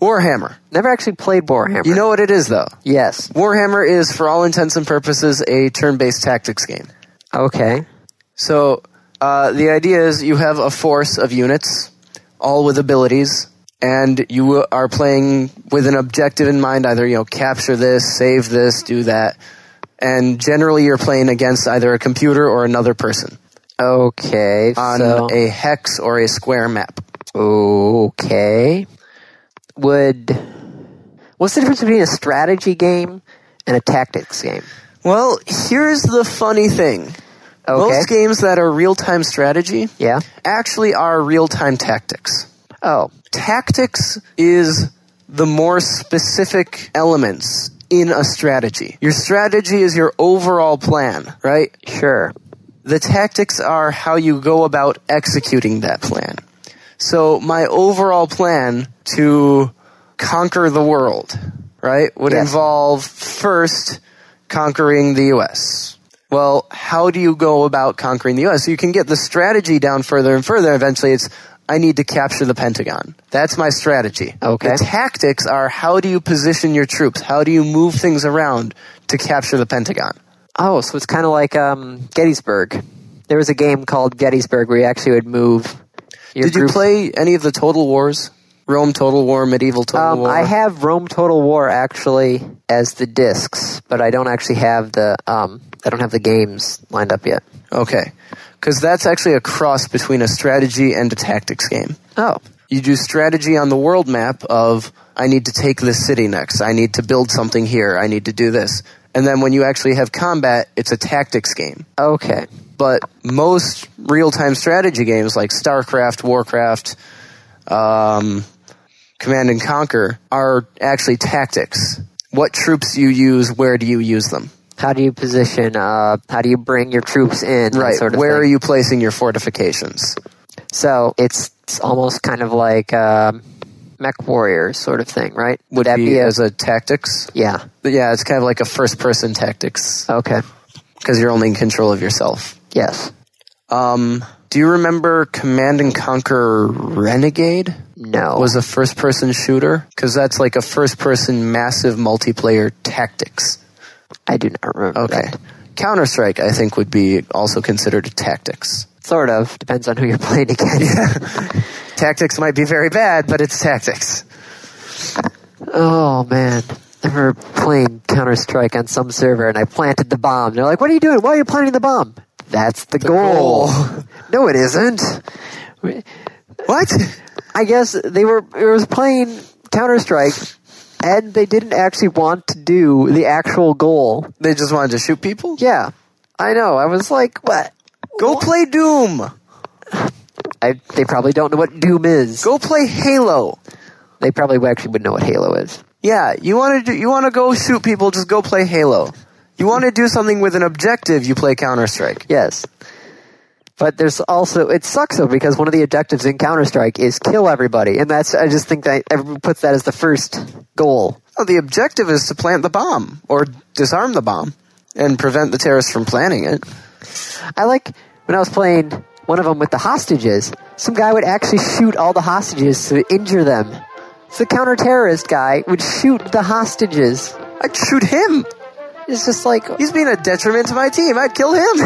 [SPEAKER 6] Warhammer.
[SPEAKER 1] Never actually played Warhammer.
[SPEAKER 6] You know what it is though.
[SPEAKER 1] Yes.
[SPEAKER 6] Warhammer is, for all intents and purposes, a turn-based tactics game.
[SPEAKER 1] Okay.
[SPEAKER 6] So uh, the idea is you have a force of units, all with abilities, and you are playing with an objective in mind. Either you know capture this, save this, do that, and generally you're playing against either a computer or another person
[SPEAKER 1] Okay.
[SPEAKER 6] on
[SPEAKER 1] so,
[SPEAKER 6] a hex or a square map.
[SPEAKER 1] okay. Would. What's the difference between a strategy game and a tactics game?
[SPEAKER 6] Well, here's the funny thing:
[SPEAKER 1] Okay.
[SPEAKER 6] most games that are real-time strategy
[SPEAKER 1] Yeah.
[SPEAKER 6] actually are real-time tactics.
[SPEAKER 1] Oh.
[SPEAKER 6] tactics is the more specific elements in a strategy. Your strategy is your overall plan, right?
[SPEAKER 1] Sure.
[SPEAKER 6] The tactics are how you go about executing that plan. So, my overall plan to conquer the world, right, would
[SPEAKER 1] Yes.
[SPEAKER 6] involve first conquering the US. Well, how do you go about conquering the US? You can get the strategy down further and further. Eventually, it's I need to capture the Pentagon. That's my strategy.
[SPEAKER 1] Okay.
[SPEAKER 6] The tactics are how do you position your troops? How do you move things around to capture the Pentagon?
[SPEAKER 1] Oh, so it's kind of like um, Gettysburg. There was a game called Gettysburg where you actually would move. Your
[SPEAKER 6] Did you
[SPEAKER 1] group-
[SPEAKER 6] play any of the Total Wars? Rome Total War, Medieval Total
[SPEAKER 1] Um,
[SPEAKER 6] War?
[SPEAKER 1] I have Rome Total War actually as the discs, but I don't actually have the um, I don't have the games lined up yet.
[SPEAKER 6] Okay. Because that's actually a cross between a strategy and a tactics game.
[SPEAKER 1] Oh,
[SPEAKER 6] You do strategy on the world map of, I need to take this city next. I need to build something here. I need to do this. And then when you actually have combat, it's a tactics game.
[SPEAKER 1] okay.
[SPEAKER 6] But most real time strategy games like StarCraft, Warcraft, um, Command and Conquer are actually tactics. What troops you use, where do you use them?
[SPEAKER 1] How do you position? Uh, how do you bring your troops in? that
[SPEAKER 6] Right.
[SPEAKER 1] Sort of
[SPEAKER 6] where
[SPEAKER 1] thing.
[SPEAKER 6] are you placing your fortifications?
[SPEAKER 1] So it's, it's almost kind of like um, Mech Warrior sort of thing, right?
[SPEAKER 6] Would
[SPEAKER 1] that
[SPEAKER 6] be,
[SPEAKER 1] be a-
[SPEAKER 6] as a tactics.
[SPEAKER 1] Yeah.
[SPEAKER 6] But yeah, it's kind of like a first person tactics
[SPEAKER 1] Okay.
[SPEAKER 6] because you're only in control of yourself.
[SPEAKER 1] Yes.
[SPEAKER 6] Um, do you remember Command and Conquer Renegade?
[SPEAKER 1] No.
[SPEAKER 6] Was a first person shooter? Because that's like a first person massive multiplayer tactics.
[SPEAKER 1] I do not remember.
[SPEAKER 6] Okay.
[SPEAKER 1] that.
[SPEAKER 6] Counter Strike, I think, would be also considered tactics.
[SPEAKER 1] Sort of. Depends on who you're (laughs) playing against.
[SPEAKER 6] Tactics might be very bad, but it's tactics.
[SPEAKER 1] Oh man. I remember playing Counter Strike on some server and I planted the bomb. They're like, What are you doing? Why are you planting the bomb? That's the, goal. (laughs) no, it isn't.
[SPEAKER 6] What?
[SPEAKER 1] I guess they were it was playing Counter Strike and they didn't actually want to do the actual goal.
[SPEAKER 6] They just wanted to shoot people?
[SPEAKER 1] Yeah. I know. I was like, what?
[SPEAKER 6] Go play Doom.
[SPEAKER 1] I, they probably don't know what Doom is.
[SPEAKER 6] Go play Halo.
[SPEAKER 1] They probably actually would know what Halo is.
[SPEAKER 6] Yeah, you want to do, you want to go shoot people, just go play Halo. You want to do something with an objective, you play Counter Strike.
[SPEAKER 1] Yes. But there's also it sucks though because one of the objectives in Counter Strike is kill everybody, and that's I just think that everyone puts that as the first goal.
[SPEAKER 6] No, the objective is to plant the bomb or disarm the bomb and prevent the terrorists from planting it.
[SPEAKER 1] I like when I was playing one of them with the hostages. Some guy would actually shoot all the hostages to injure them. So the counter terrorist guy would shoot the hostages.
[SPEAKER 6] I'd shoot him.
[SPEAKER 1] It's just like,
[SPEAKER 6] He's being a detriment to my team. I'd kill him.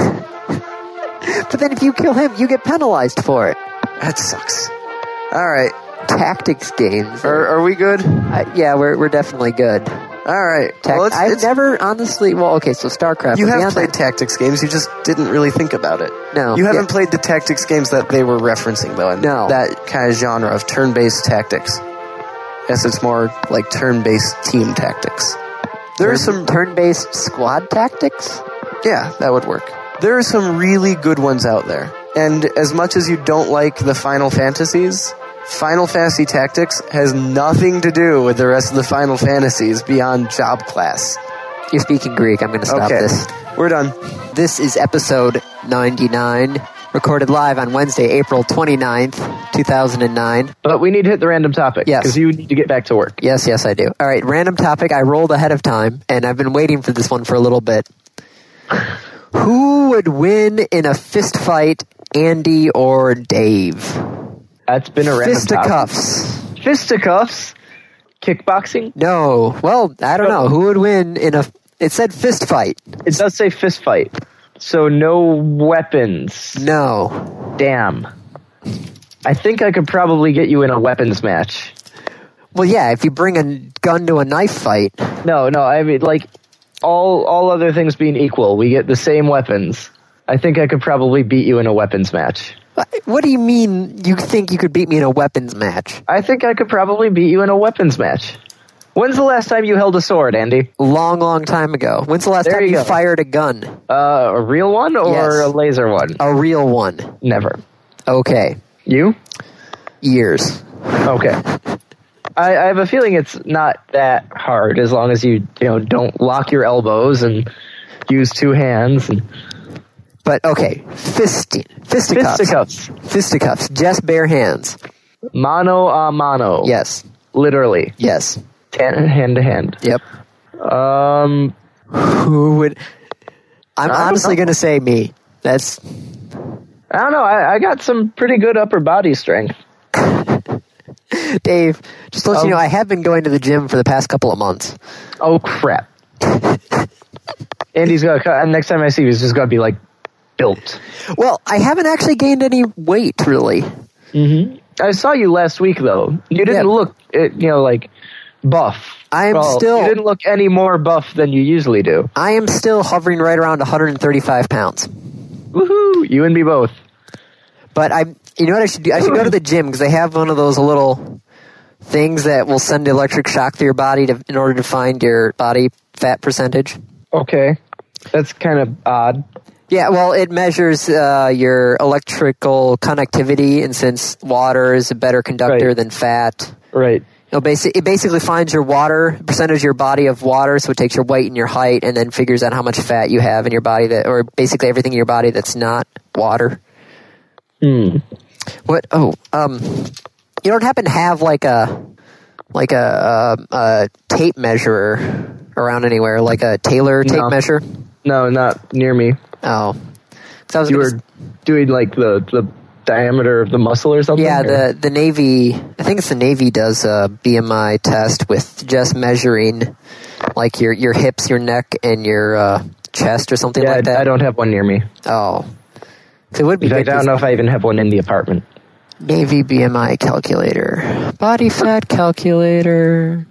[SPEAKER 1] but then if you kill him, you get penalized for it.
[SPEAKER 6] That sucks. All right.
[SPEAKER 1] Tactics games.
[SPEAKER 6] Are, are we good? All
[SPEAKER 1] Uh, yeah, we're, we're definitely good.
[SPEAKER 6] right.
[SPEAKER 1] Tac-
[SPEAKER 6] well, it's,
[SPEAKER 1] I've
[SPEAKER 6] it's-
[SPEAKER 1] never honestly. Well, okay, so StarCraft.
[SPEAKER 6] you
[SPEAKER 1] but
[SPEAKER 6] have
[SPEAKER 1] beyond
[SPEAKER 6] played
[SPEAKER 1] that-
[SPEAKER 6] tactics games. You just didn't really think about it.
[SPEAKER 1] No,
[SPEAKER 6] You haven't
[SPEAKER 1] yeah.
[SPEAKER 6] played the tactics games that they were referencing though. And
[SPEAKER 1] No.
[SPEAKER 6] That kind of genre of turn-based tactics. Yes, it's more like turn-based team tactics. There are some
[SPEAKER 1] turn-based squad tactics.
[SPEAKER 6] Yeah, that would work. There are some really good ones out there. And as much as you don't like the Final Fantasies, Final Fantasy Tactics has nothing to do with the rest of the Final Fantasies beyond job class.
[SPEAKER 1] You're speaking Greek. I'm going to stop
[SPEAKER 6] okay.
[SPEAKER 1] this.
[SPEAKER 6] We're done.
[SPEAKER 1] This is episode 99, recorded live on Wednesday, April 29th, 2009.
[SPEAKER 2] But we need to hit the random topic.
[SPEAKER 1] Yes.
[SPEAKER 2] Because you need to get back to work.
[SPEAKER 1] Yes, yes, I do. All right, random topic. I rolled ahead of time, and I've been waiting for this one for a little bit. Who would win in a fist fight, Andy or Dave?
[SPEAKER 2] That's been a random topic.
[SPEAKER 1] Fisticuffs.
[SPEAKER 2] Fisticuffs. Kickboxing.
[SPEAKER 1] No. Well, I don't know. Who would win in a. It said fist fight.
[SPEAKER 2] It does say fist fight. So no weapons.
[SPEAKER 1] No.
[SPEAKER 2] Damn. I think I could probably get you in a weapons match.
[SPEAKER 1] Well, yeah, if you bring a gun to a knife fight.
[SPEAKER 2] No, no, I mean like all all other things being equal, we get the same weapons. I think I could probably beat you in a weapons match.
[SPEAKER 1] What do you mean you think you could beat me in a weapons match?
[SPEAKER 2] I think I could probably beat you in a weapons match. When's the last time you held a sword, Andy?
[SPEAKER 1] Long, long time ago. When's the last
[SPEAKER 2] There
[SPEAKER 1] time
[SPEAKER 2] you
[SPEAKER 1] you,
[SPEAKER 2] go.
[SPEAKER 1] fired a gun?
[SPEAKER 2] Uh, a real one or
[SPEAKER 1] Yes. Oh.
[SPEAKER 2] a laser one?
[SPEAKER 1] A real one.
[SPEAKER 2] Never.
[SPEAKER 1] Okay.
[SPEAKER 2] You?
[SPEAKER 1] Years.
[SPEAKER 2] Okay. I, I have a feeling it's not that hard as long as you you know don't lock your elbows and use two hands and
[SPEAKER 1] But okay. Fisti- fisticuffs.
[SPEAKER 2] fisticuffs,
[SPEAKER 1] Fisticuffs. Just bare hands.
[SPEAKER 2] mano a mano.
[SPEAKER 1] Yes.
[SPEAKER 2] literally,
[SPEAKER 1] Yes.
[SPEAKER 2] hand hand to hand.
[SPEAKER 1] Yep.
[SPEAKER 2] Um,
[SPEAKER 1] Who would. I'm
[SPEAKER 2] don't
[SPEAKER 1] honestly
[SPEAKER 2] know.
[SPEAKER 1] going to say me. That's.
[SPEAKER 2] I don't know. I, I got some pretty good upper body strength.
[SPEAKER 1] (laughs) Dave, just to let
[SPEAKER 2] Um,
[SPEAKER 1] you know, I have been going to the gym for the past couple of months. (laughs)
[SPEAKER 2] Oh crap! Andy's gonna co- next time I see you, he's just gonna be like built.
[SPEAKER 1] Well, I haven't actually gained any weight, really.
[SPEAKER 2] I saw you last week though. You didn't
[SPEAKER 1] Yeah.
[SPEAKER 2] look, uh, you know, like buff.
[SPEAKER 1] I am
[SPEAKER 2] Well,
[SPEAKER 1] still-
[SPEAKER 2] You didn't look any more buff than you usually do.
[SPEAKER 1] I am still hovering right around 135 pounds.
[SPEAKER 2] Woohoo! You and me both.
[SPEAKER 1] But I, you know what I should do? I should go to the gym because they have one of those little things that will send electric shock through your body to, in order to find your body fat percentage.
[SPEAKER 2] Okay, that's kind of odd.
[SPEAKER 1] Yeah, well, it measures uh, your electrical connectivity, and since water is a better conductor
[SPEAKER 2] Right.
[SPEAKER 1] than fat,
[SPEAKER 2] Right.
[SPEAKER 1] it'll basi- it basically finds your water percentage, of your body of water, so it takes your weight and your height, and then figures out how much fat you have in your body that, or basically everything in your body that's not water.
[SPEAKER 2] Hmm.
[SPEAKER 1] What? Oh, um, you don't happen to have like a like a, a, a tape measure around anywhere, like a Taylor tape
[SPEAKER 2] No.
[SPEAKER 1] measure?
[SPEAKER 2] No, not near me.
[SPEAKER 1] Oh,
[SPEAKER 7] 'Cause I was
[SPEAKER 2] You
[SPEAKER 7] gonna
[SPEAKER 2] were doing like the the diameter of the muscle or something.
[SPEAKER 1] Yeah,
[SPEAKER 2] or-
[SPEAKER 1] the the Navy. I think it's the Navy does a BMI test with just measuring, like your your hips, your neck, and your uh, chest, or something
[SPEAKER 2] yeah.
[SPEAKER 1] like that.
[SPEAKER 2] I, I don't have one near me.
[SPEAKER 1] Oh, it would be
[SPEAKER 2] In
[SPEAKER 1] good.
[SPEAKER 2] fact, I don't know if I even have one in the apartment.
[SPEAKER 1] Navy BMI calculator, body fat
[SPEAKER 2] (laughs)
[SPEAKER 1] calculator.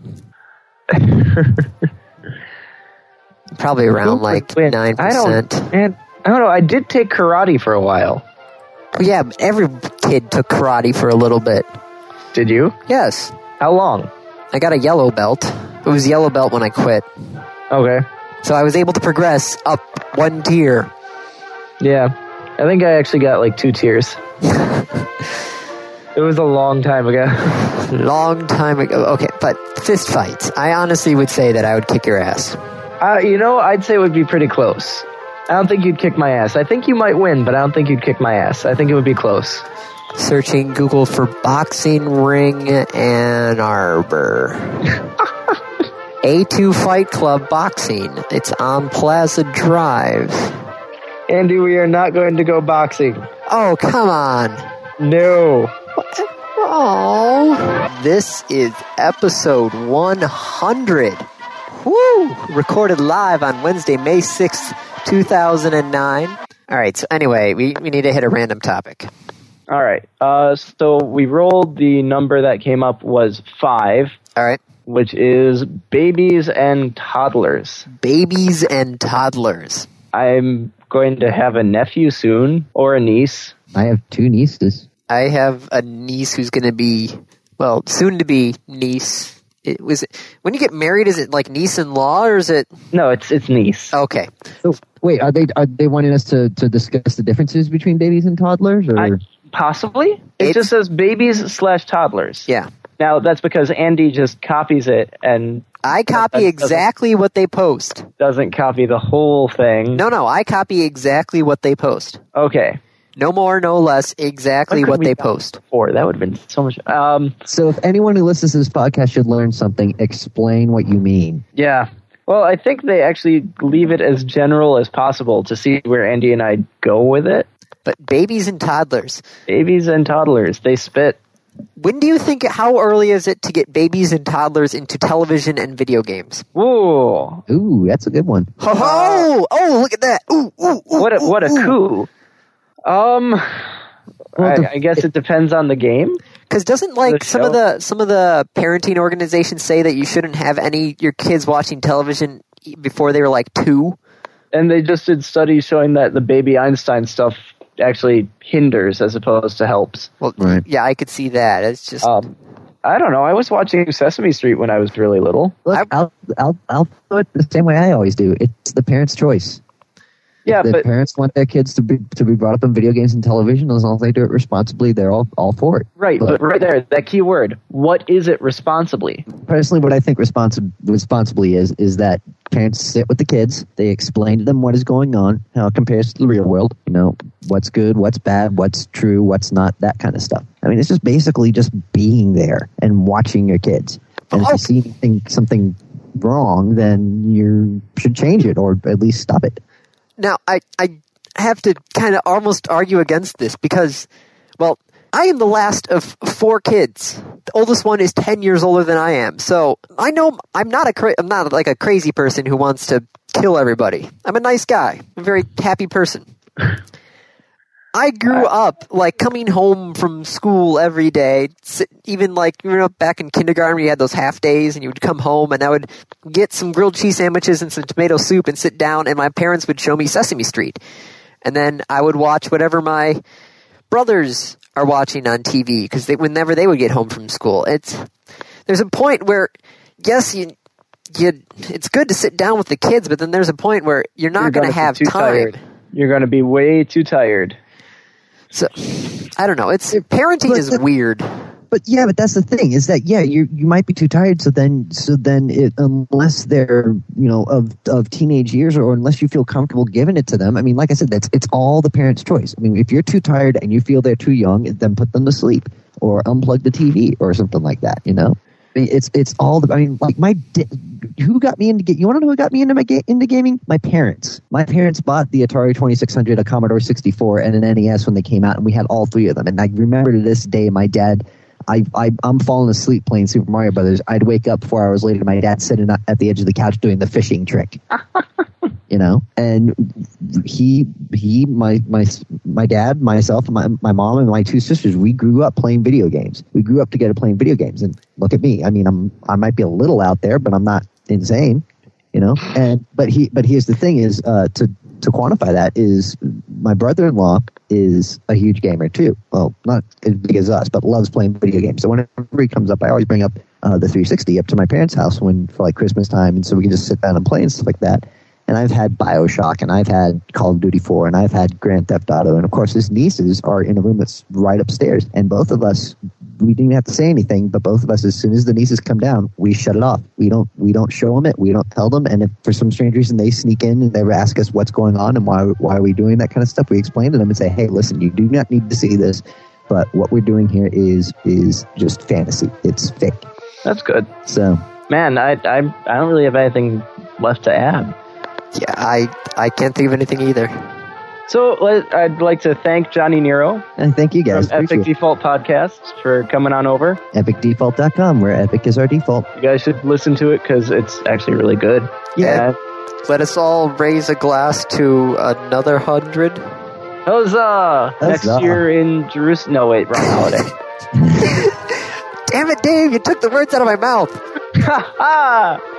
[SPEAKER 1] Probably around like
[SPEAKER 2] Wait,
[SPEAKER 1] nine
[SPEAKER 2] I
[SPEAKER 1] percent.
[SPEAKER 2] don't. Man, I don't know. I did take karate for a while.
[SPEAKER 1] Yeah, but every kid took karate for a little bit.
[SPEAKER 2] Did you?
[SPEAKER 1] Yes,
[SPEAKER 2] How long?
[SPEAKER 1] I got a yellow belt. It was yellow belt when I quit.
[SPEAKER 2] Okay.
[SPEAKER 1] So I was able to progress up one tier.
[SPEAKER 2] Yeah. I think I actually got like two tears. (laughs) it was a long time ago.
[SPEAKER 1] Long time ago. Okay, but fist fights. I honestly would say that I would kick your ass.
[SPEAKER 2] Uh, you know, I'd say it would be pretty close. I don't think you'd kick my ass. I think you might win, but I don't think you'd kick my ass. I think it would be close.
[SPEAKER 1] Searching Google for boxing ring Ann Arbor. (laughs) A2 Fight Club Boxing. It's on Plaza Drive.
[SPEAKER 2] Andy, we are not going to go boxing.
[SPEAKER 1] Oh, come on.
[SPEAKER 2] No.
[SPEAKER 1] Oh, this is episode 100. Woo! Recorded live on Wednesday, May 6th, 2009. All right, so anyway, we, we need to hit a random topic.
[SPEAKER 2] All right. Uh, so we rolled the number that came up was five,
[SPEAKER 1] All right,
[SPEAKER 2] which is babies and toddlers.
[SPEAKER 1] babies and toddlers.
[SPEAKER 2] I'm going to have a nephew soon or a niece.
[SPEAKER 6] I have two nieces.
[SPEAKER 1] I have a niece who's going to be, well, soon to be niece. It was when you get married. Is it like niece in law or is it
[SPEAKER 2] No, it's it's niece.
[SPEAKER 1] okay?
[SPEAKER 6] So wait, are they are they wanting us to, to discuss the differences between babies and toddlers, or
[SPEAKER 2] I, possibly. It
[SPEAKER 1] It's-
[SPEAKER 2] just says babies slash toddlers.
[SPEAKER 1] Yeah,
[SPEAKER 2] Now that's because Andy just copies it and
[SPEAKER 1] I copy
[SPEAKER 2] doesn't-
[SPEAKER 1] exactly what they post.
[SPEAKER 2] doesn't copy the whole thing.
[SPEAKER 1] No, no, I copy exactly what they post.
[SPEAKER 2] Okay.
[SPEAKER 1] No more, no less, exactly
[SPEAKER 2] How could
[SPEAKER 1] what
[SPEAKER 2] we
[SPEAKER 1] they
[SPEAKER 2] not?
[SPEAKER 1] post.
[SPEAKER 2] Four. That would have been so much. Um.
[SPEAKER 6] so? If anyone who listens to this podcast should learn something, explain what you mean.
[SPEAKER 2] Yeah. Well, I think they actually leave it as general as possible to see where Andy and I go with it.
[SPEAKER 1] But babies and toddlers.
[SPEAKER 2] Babies and toddlers, they spit.
[SPEAKER 1] When do you think, how early is it to get babies and toddlers into television and video games?
[SPEAKER 2] Whoa!
[SPEAKER 6] Ooh, that's a good one.
[SPEAKER 1] Ho ho! Oh, look at that! Ooh, ooh, ooh.
[SPEAKER 2] What a
[SPEAKER 1] ooh,
[SPEAKER 2] what a
[SPEAKER 1] ooh.
[SPEAKER 2] coup. Um. I, I guess it depends on the game.
[SPEAKER 1] Because doesn't like
[SPEAKER 2] The
[SPEAKER 1] some of the some of the parenting organizations say that you shouldn't have any your kids watching television e- before they were like two?
[SPEAKER 2] and they just did studies showing that the baby Einstein stuff actually hinders as opposed to helps.
[SPEAKER 1] Well,
[SPEAKER 6] Right.
[SPEAKER 1] yeah, I could see that. It's just
[SPEAKER 2] Um, I don't know. I was watching Sesame Street when I was really little.
[SPEAKER 6] Look, I, will I'll I'll do it the same way I always do. It's the parents' choice.
[SPEAKER 2] Yeah,
[SPEAKER 6] the
[SPEAKER 2] but
[SPEAKER 6] parents want their kids to be to be brought up in video games and television as long as they do it responsibly. They're all all for it.
[SPEAKER 2] right, but right there, that key word. What is it responsibly?
[SPEAKER 6] personally, what I think responsi- responsibly is is that parents sit with the kids, they explain to them what is going on, how it compares to the real world. You know, what's good, what's bad, what's true, what's not, that kind of stuff. I mean, it's just basically just being there and watching your kids. And if
[SPEAKER 1] Oh.
[SPEAKER 6] you see anything, something wrong, then you should change it or at least stop it.
[SPEAKER 1] Now, I, I have to kind of almost argue against this because, well, I am the last of four kids. The oldest one is ten years older than I am, so I know I'm not a cra- I'm not like a crazy person who wants to kill everybody. I'm a nice guy, a very happy person. I grew up like coming home from school every day. s- Even like you know, back in kindergarten, you had those half days, and you would come home, and I would get some grilled cheese sandwiches and some tomato soup, and sit down, and my parents would show me Sesame Street, and then I would watch whatever my brothers are watching on TV because they, whenever they would get home from school, it's there's a point where yes, you you it's good to sit down with the kids, but then there's a point where you're not going to
[SPEAKER 2] be
[SPEAKER 1] have
[SPEAKER 2] too
[SPEAKER 1] time.
[SPEAKER 2] Tired. You're going to be way too tired.
[SPEAKER 1] So I don't know. It's parenting is weird.
[SPEAKER 6] But yeah, but that's the thing is that yeah, you you might be too tired. So then, so then, it, unless they're you know of of teenage years, or unless you feel comfortable giving it to them. I mean, like I said, that's it's all the parent's choice. I mean, if you're too tired and you feel they're too young, then put them to sleep or unplug the TV or something like that. You know,
[SPEAKER 8] It's it's all the. I mean, like my di- who got me into ga- you want to know who got me into my ga- into gaming? My parents. My parents bought the Atari Twenty Six Hundred, a Commodore sixty four, and an NES when they came out, and we had all three of them. And I remember to this day, my dad. I, I I'm falling asleep playing Super Mario Brothers. I'd wake up four hours later. My dad sitting at the edge of the couch doing the fishing trick you know and he he my my my dad myself my, my mom and my two sisters we grew up playing video games we grew up together playing video games and look at me i mean i'm i might be a little out there but i'm not insane you know and but he but here's the thing is uh to to quantify that is my brother-in-law is a huge gamer too well not as big as us but loves playing video games so whenever he comes up i always bring up uh, the 360 up to my parents house when for like christmas time and so we can just sit down and play and stuff like that and I've had Bioshock, and I've had Call of Duty 4, and I've had Grand Theft Auto, and of course his nieces are in a room that's right upstairs, and both of us, we didn't have to say anything, but both of us, as soon as the nieces come down, we shut it off. We don't, we don't show them it, we don't tell them, and if for some strange reason they sneak in and they ask us what's going on and why, why are we doing that kind of stuff, we explain to them and say, hey, listen, you do not need to see this, but what we're doing here is is just fantasy. It's fake.
[SPEAKER 2] That's good.
[SPEAKER 8] So
[SPEAKER 2] Man, I, I, I don't really have anything left to add.
[SPEAKER 1] Yeah, I I can't think of anything either.
[SPEAKER 2] So let, I'd like to thank Johnny Nero
[SPEAKER 8] and thank you guys.
[SPEAKER 2] from Um, Epic
[SPEAKER 8] Appreciate it.
[SPEAKER 2] Default Podcast for coming on over.
[SPEAKER 8] EpicDefault.com, where Epic is our default.
[SPEAKER 2] You guys should listen to it because it's actually really good.
[SPEAKER 1] Yeah. Let us all raise a glass to another hundred.
[SPEAKER 2] Yeah. Huzzah!
[SPEAKER 8] Huzzah.
[SPEAKER 2] Next year in Jerusalem. No, wait, wrong holiday.
[SPEAKER 1] Damn it, Dave! You took the words out of my mouth.
[SPEAKER 2] Ha
[SPEAKER 3] Ah!
[SPEAKER 2] ha!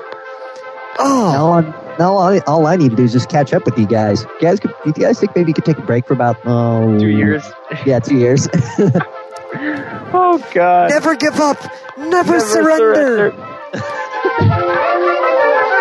[SPEAKER 1] Oh,
[SPEAKER 8] Now, I'm, now all, I, all I need to do is just catch up with you guys. You guys, could, you guys think maybe you could take a break for about oh,
[SPEAKER 2] Two years.
[SPEAKER 8] Yeah, two years.
[SPEAKER 2] Oh, God.
[SPEAKER 1] never give up. Never,
[SPEAKER 2] Never
[SPEAKER 1] surrender.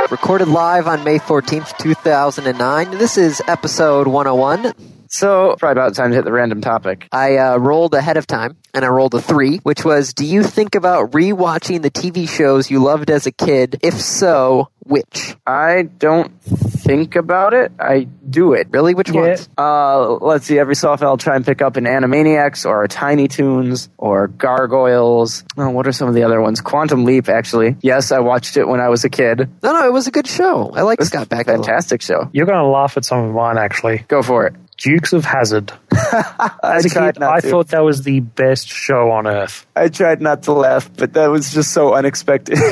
[SPEAKER 1] recorded live on May 14th, 2009. This is episode 101.
[SPEAKER 3] So, probably about time to hit the random topic.
[SPEAKER 1] I uh, rolled ahead of time and I rolled a three, which was Do you think about rewatching the TV shows you loved as a kid? If so, which?
[SPEAKER 3] I don't think about it. I do it.
[SPEAKER 1] Really, which ones?
[SPEAKER 3] Uh, let's see. Every so often, I'll try and pick up an Animaniacs or a Tiny Toons or Gargoyles. Oh, what are some of the other ones? Quantum Leap, actually. Yes, I watched it when I was a kid.
[SPEAKER 1] No, no, it was a good show. I like
[SPEAKER 3] This
[SPEAKER 1] Scott back
[SPEAKER 3] Fantastic show.
[SPEAKER 9] You're going to laugh at some of mine, actually.
[SPEAKER 3] Go for it.
[SPEAKER 9] Dukes of Hazard. As
[SPEAKER 3] (laughs) I
[SPEAKER 9] a
[SPEAKER 3] tried
[SPEAKER 9] kid,
[SPEAKER 3] not
[SPEAKER 9] I
[SPEAKER 3] to.
[SPEAKER 9] thought that was the best show on earth.
[SPEAKER 3] I tried not to laugh, but that was just so unexpected. (laughs)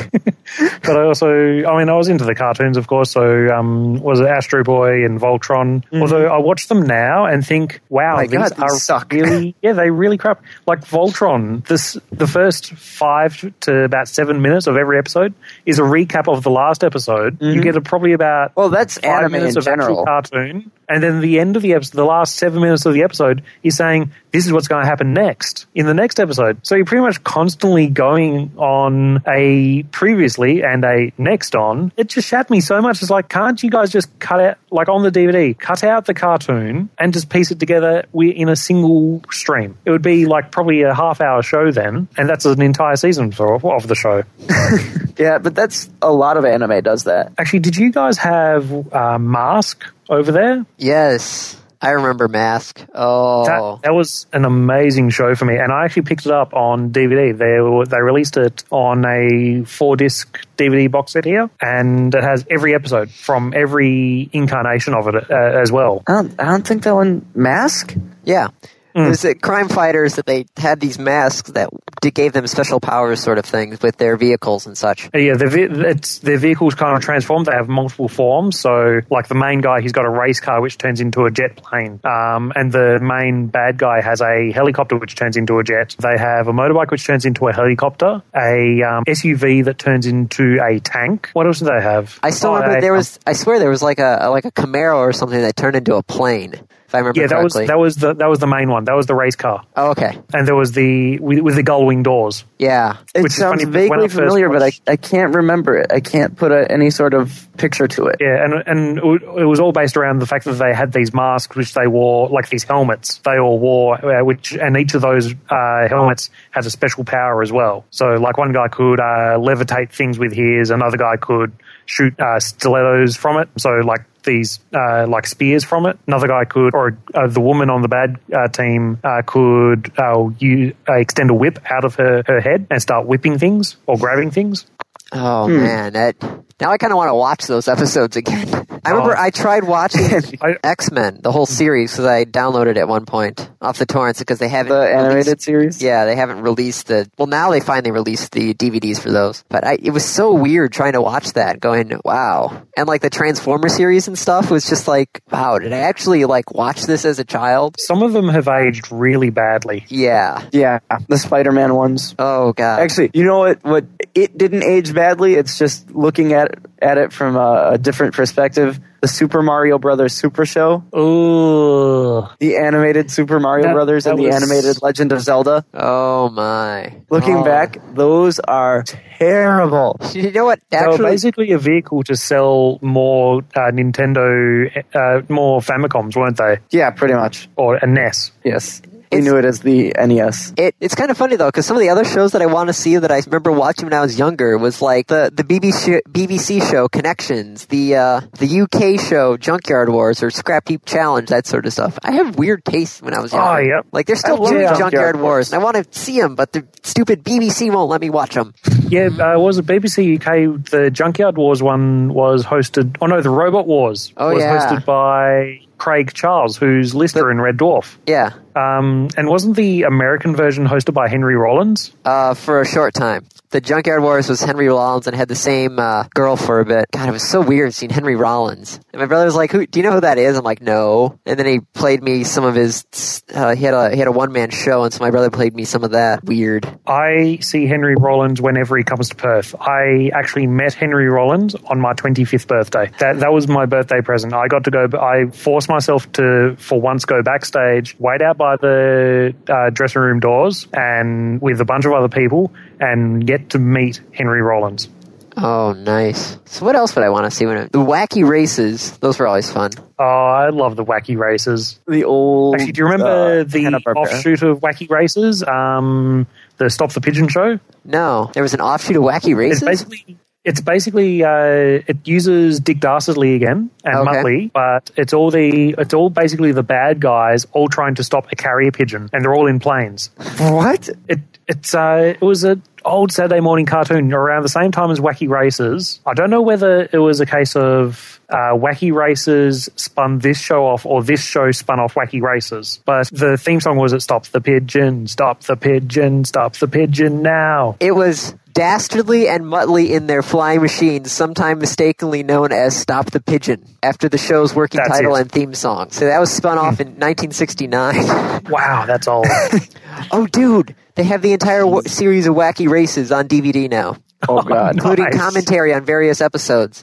[SPEAKER 9] But I also, I mean, I was into the cartoons, of course. So, um, was it Astro Boy and Voltron? Although I watch them now and think, wow,
[SPEAKER 3] Mm-hmm. My
[SPEAKER 9] these
[SPEAKER 3] God, these
[SPEAKER 9] are
[SPEAKER 3] suck.
[SPEAKER 9] really, yeah, they really crap. Like Voltron, this the first five to about seven minutes of every episode is a recap of the last episode. You get a, probably about
[SPEAKER 3] Mm-hmm. well, that's
[SPEAKER 9] five
[SPEAKER 3] anime
[SPEAKER 9] minutes
[SPEAKER 3] in
[SPEAKER 9] of actual
[SPEAKER 3] general.
[SPEAKER 9] cartoon, and then the end of the episode, the last seven minutes of the episode, is saying this is what's going to happen next in the next episode. So you're pretty much constantly going on a previously and a next on. It just shat me so much. It's like, can't you guys just cut out like on the DVD, cut out the cartoon and just piece it together we in a single stream? It would be like probably a half hour show then, and that's an entire season for, of the show.
[SPEAKER 3] Yeah, but that's a lot of anime does that.
[SPEAKER 9] Actually, did you guys have uh, Mask over there?
[SPEAKER 1] Yes. I remember Mask. Oh.
[SPEAKER 9] that, that was an amazing show for me, and I actually picked it up on DVD. They were, they released it on a four disc DVD box set here, and it has every episode from every incarnation of it uh, as well.
[SPEAKER 3] I don't, I don't think that one. Mask?
[SPEAKER 1] Yeah. There's uh, crime fighters that they had these masks that d- gave them special powers, sort of things, with their vehicles and such.
[SPEAKER 9] Uh, Yeah, their ve- it's their vehicles kind of transform. They have multiple forms. So, like the main guy, he's got a race car which turns into a jet plane, um, and the main bad guy has a helicopter which turns into a jet. They have a motorbike which turns into a helicopter, a um, SUV that turns into a tank. What else do they have?
[SPEAKER 1] I still
[SPEAKER 9] Oh,
[SPEAKER 1] remember
[SPEAKER 9] a-
[SPEAKER 1] there was. I swear there was like a like a Camaro or something that turned into a plane. If I remember
[SPEAKER 9] Yeah, that was
[SPEAKER 1] correctly.
[SPEAKER 9] that was the that was the main one. That was the race car,
[SPEAKER 1] oh, okay.
[SPEAKER 9] and there was the with, with the gull wing doors.
[SPEAKER 1] Yeah.
[SPEAKER 3] It
[SPEAKER 9] Which is
[SPEAKER 3] sounds
[SPEAKER 9] funny, because when I
[SPEAKER 3] vaguely
[SPEAKER 9] first
[SPEAKER 3] familiar, but I,
[SPEAKER 9] watched-
[SPEAKER 3] I can't remember it. I can't put a, any sort of picture to it.
[SPEAKER 9] Yeah, and and it wa- it was all based around the fact that they had these masks, which they wore, like these helmets they all wore, uh, which and each of those uh, helmets has a special power as well. So, like one guy could uh, levitate things with his, another guy could shoot uh, stilettos from it. So, like these uh, like spears from it. Another guy could, or uh, the woman on the bad uh, team uh, could uh, you uh, extend a whip out of her, her head and start whipping things or grabbing things.
[SPEAKER 1] Oh
[SPEAKER 9] Hmm.
[SPEAKER 1] man, that now I kind of want to watch those episodes again. I remember I tried
[SPEAKER 9] (laughs)
[SPEAKER 1] watching
[SPEAKER 9] I-
[SPEAKER 1] X Men the whole series because I downloaded at one point off the torrents because they haven't
[SPEAKER 3] the
[SPEAKER 1] released-
[SPEAKER 3] animated series.
[SPEAKER 1] Yeah, they haven't released the. Well, now they finally released the DVDs for those. But I, it was so weird trying to watch that, going, wow. And like the Transformer series and stuff was just like, wow, did I actually like watch this as a child?
[SPEAKER 9] Some of them have aged really badly.
[SPEAKER 1] Yeah.
[SPEAKER 3] Yeah, the Spider-Man ones.
[SPEAKER 1] Oh god.
[SPEAKER 3] Actually, you know what? What it didn't age badly. It's just looking at at it from a, a different perspective. The Super Mario Brothers Super Show,
[SPEAKER 9] Ooh.
[SPEAKER 3] the animated Super Mario
[SPEAKER 9] That-
[SPEAKER 3] Brothers, and
[SPEAKER 9] that
[SPEAKER 3] the
[SPEAKER 9] was-
[SPEAKER 3] animated Legend of Zelda.
[SPEAKER 1] oh my.
[SPEAKER 3] Looking
[SPEAKER 1] Oh.
[SPEAKER 3] back, those are terrible.
[SPEAKER 1] You know what?
[SPEAKER 9] They were
[SPEAKER 1] Actually,
[SPEAKER 9] basically a vehicle to sell more uh, Nintendo, uh, more Famicoms, weren't they?
[SPEAKER 3] Yeah, pretty much.
[SPEAKER 9] Or a E NES.
[SPEAKER 3] Yes, we
[SPEAKER 1] It's-
[SPEAKER 3] knew it as the E NES.
[SPEAKER 1] It, it's kind of funny though, because some of the other shows that I want to see that I remember watching when I was younger was like the the BBC BBC show Connections, the uh, the UK show Junkyard Wars or Scrap Heap Challenge, that sort of stuff. I have weird tastes when I was younger.
[SPEAKER 9] Oh, yep.
[SPEAKER 1] Like there's still
[SPEAKER 9] I love
[SPEAKER 1] doing Junkyard,
[SPEAKER 9] Junkyard
[SPEAKER 1] Wars, and I want to see them, but the stupid BBC won't let me watch them.
[SPEAKER 9] Yeah, uh, was it BBC UK? The Junkyard Wars one was hosted. Oh no, the Robot Wars
[SPEAKER 1] Oh,
[SPEAKER 9] was
[SPEAKER 1] yeah.
[SPEAKER 9] hosted by Craig Charles, who's Lister in Red Dwarf.
[SPEAKER 1] Yeah,
[SPEAKER 9] Um, and wasn't the American version hosted by Henry Rollins?
[SPEAKER 1] uh, for a short time. The Junkyard Wars was Henry Rollins and had the same uh, girl for a bit. God, it was so weird seeing Henry Rollins. And my brother was like, "Who? Do you know who that is?" I'm like, "No." And then he played me some of his. Uh, he had a he had a one man show, and so my brother played me some of that. Weird.
[SPEAKER 9] I see Henry Rollins whenever he comes to Perth. I actually met Henry Rollins on my 25th birthday. That that was my birthday present. I got to go. I forced myself to, for once, go backstage, wait out by the uh, dressing room doors, and with a bunch of other people, and get to meet Henry Rollins.
[SPEAKER 1] Oh, nice. So what else would I want to see? When I, the wacky races, those were always fun.
[SPEAKER 9] Oh, I love the wacky races.
[SPEAKER 3] The old.
[SPEAKER 9] Actually, do you remember
[SPEAKER 3] uh,
[SPEAKER 9] the
[SPEAKER 3] Hanna-Barbera.
[SPEAKER 9] offshoot of Wacky Races? Um, the Stop the Pigeon show.
[SPEAKER 1] No, there was an offshoot of wacky races.
[SPEAKER 9] It's basically it's basically uh, it uses Dick Dastardly again and
[SPEAKER 1] Okay.
[SPEAKER 9] Muttley, but it's all the it's all basically the bad guys all trying to stop a carrier pigeon, and they're all in planes.
[SPEAKER 3] What?
[SPEAKER 9] It it's uh, it was a old Saturday morning cartoon around the same time as Wacky Races. I don't know whether it was a case of uh, Wacky Races spun this show off or this show spun off Wacky Races, but the theme song was "It Stops the Pigeon, Stop the Pigeon, Stop the Pigeon Now."
[SPEAKER 1] It was. Dastardly and Muttley in their flying machines, sometime mistakenly known as Stop the Pigeon, after the show's working
[SPEAKER 9] That's
[SPEAKER 1] title
[SPEAKER 9] it.
[SPEAKER 1] and theme song. So that was spun off
[SPEAKER 3] Hmm.
[SPEAKER 1] in 1969.
[SPEAKER 9] Wow, that's old.
[SPEAKER 1] (laughs) Oh, dude, they have the entire w- series of Wacky Races on DVD now,
[SPEAKER 3] Oh God!
[SPEAKER 1] including
[SPEAKER 9] Nice.
[SPEAKER 1] commentary on various episodes.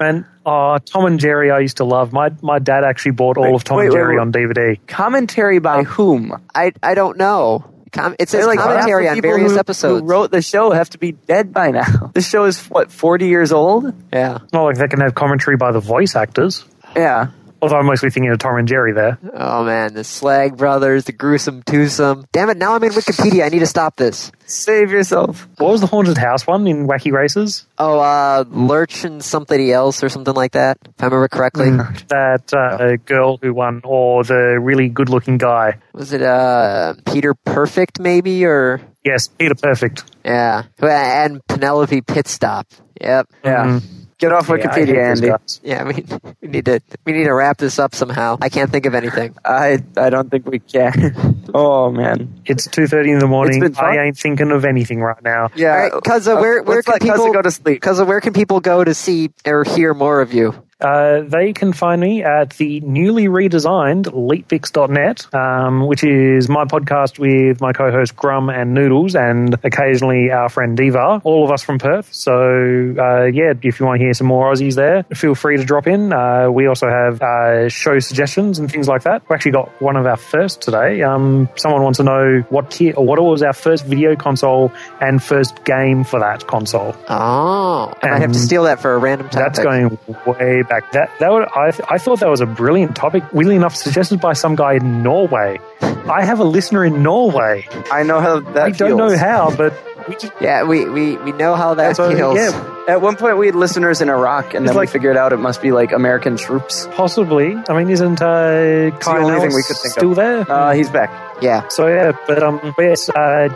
[SPEAKER 9] And uh, Tom and Jerry, I used to love. My my dad actually bought all
[SPEAKER 3] Wait,
[SPEAKER 9] of Tom
[SPEAKER 3] wait,
[SPEAKER 9] and
[SPEAKER 3] wait,
[SPEAKER 9] Jerry
[SPEAKER 3] wait.
[SPEAKER 9] on DVD.
[SPEAKER 3] Commentary by whom?
[SPEAKER 1] I I don't know. Com- it says
[SPEAKER 3] They're like
[SPEAKER 1] commentary
[SPEAKER 3] half the
[SPEAKER 1] on
[SPEAKER 3] people
[SPEAKER 1] various
[SPEAKER 3] who,
[SPEAKER 1] episodes.
[SPEAKER 3] Who wrote the show have to be dead by now. (laughs) This show is what forty years old.
[SPEAKER 1] yeah.
[SPEAKER 9] It's not like they can have commentary by the voice actors.
[SPEAKER 3] Yeah,
[SPEAKER 9] Although I'm mostly thinking of Tom and Jerry there.
[SPEAKER 1] Oh man, the Slag Brothers, the Gruesome Twosome. Damn it! Now I'm in Wikipedia. I need to stop this.
[SPEAKER 3] save yourself.
[SPEAKER 9] What was the haunted house one in Wacky Races?
[SPEAKER 1] Oh, uh, Lurch and somebody else or something like that. If I remember correctly,
[SPEAKER 3] Mm.
[SPEAKER 9] That uh, girl who won, or the really good looking guy?
[SPEAKER 1] was it uh Peter Perfect maybe or
[SPEAKER 9] Yes, Peter Perfect.
[SPEAKER 1] yeah? And Penelope Pitstop. Yep.
[SPEAKER 3] Yeah,
[SPEAKER 9] Mm.
[SPEAKER 3] get off
[SPEAKER 9] Yeah, I hate
[SPEAKER 3] Wikipedia,
[SPEAKER 9] those
[SPEAKER 3] Andy.
[SPEAKER 9] guys.
[SPEAKER 1] Yeah, we, we need to we need to wrap this up somehow. I can't think of anything.
[SPEAKER 3] I I don't think we can. oh man.
[SPEAKER 9] It's two thirty in the morning.
[SPEAKER 3] been fun.
[SPEAKER 9] I ain't thinking of anything right now.
[SPEAKER 3] Yeah. Uh,
[SPEAKER 1] All right, Kaza, where where
[SPEAKER 3] Let's
[SPEAKER 1] can
[SPEAKER 3] let Kaza
[SPEAKER 1] people
[SPEAKER 3] go to sleep?
[SPEAKER 1] Kaza, where can people go to see or hear more of you?
[SPEAKER 9] Uh, they can find me at the newly redesigned leapfix.net, um, which is my podcast with my co host Grum and Noodles and occasionally our friend Diva, all of us from Perth. So, uh, yeah, if you want to hear some more Aussies there, feel free to drop in. Uh, we also have uh, show suggestions and things like that. We actually got one of our first today. Um, someone wants to know what, tier, or what was our first video console and first game for that console.
[SPEAKER 1] Oh, I might have
[SPEAKER 9] Um,
[SPEAKER 1] to steal that for a random topic.
[SPEAKER 9] That's going way back. That that would, I I thought that was a brilliant topic. Weirdly enough, suggested by some guy in Norway. I have a listener in Norway.
[SPEAKER 3] I know how that
[SPEAKER 9] I don't
[SPEAKER 3] feels.
[SPEAKER 9] know how, but we just,
[SPEAKER 1] Yeah, we, we, we know how that
[SPEAKER 9] so,
[SPEAKER 1] feels.
[SPEAKER 9] yeah,
[SPEAKER 2] At one point, we had listeners in Iraq, and
[SPEAKER 9] It's
[SPEAKER 2] then
[SPEAKER 9] like-
[SPEAKER 2] we figured out it must be like American troops.
[SPEAKER 9] Possibly. I mean, isn't uh, Kyle
[SPEAKER 2] only thing
[SPEAKER 9] Ellis
[SPEAKER 2] we could think of.
[SPEAKER 9] still there?
[SPEAKER 2] Uh, he's back.
[SPEAKER 10] Yeah.
[SPEAKER 9] So yeah, but um, but yes, uh,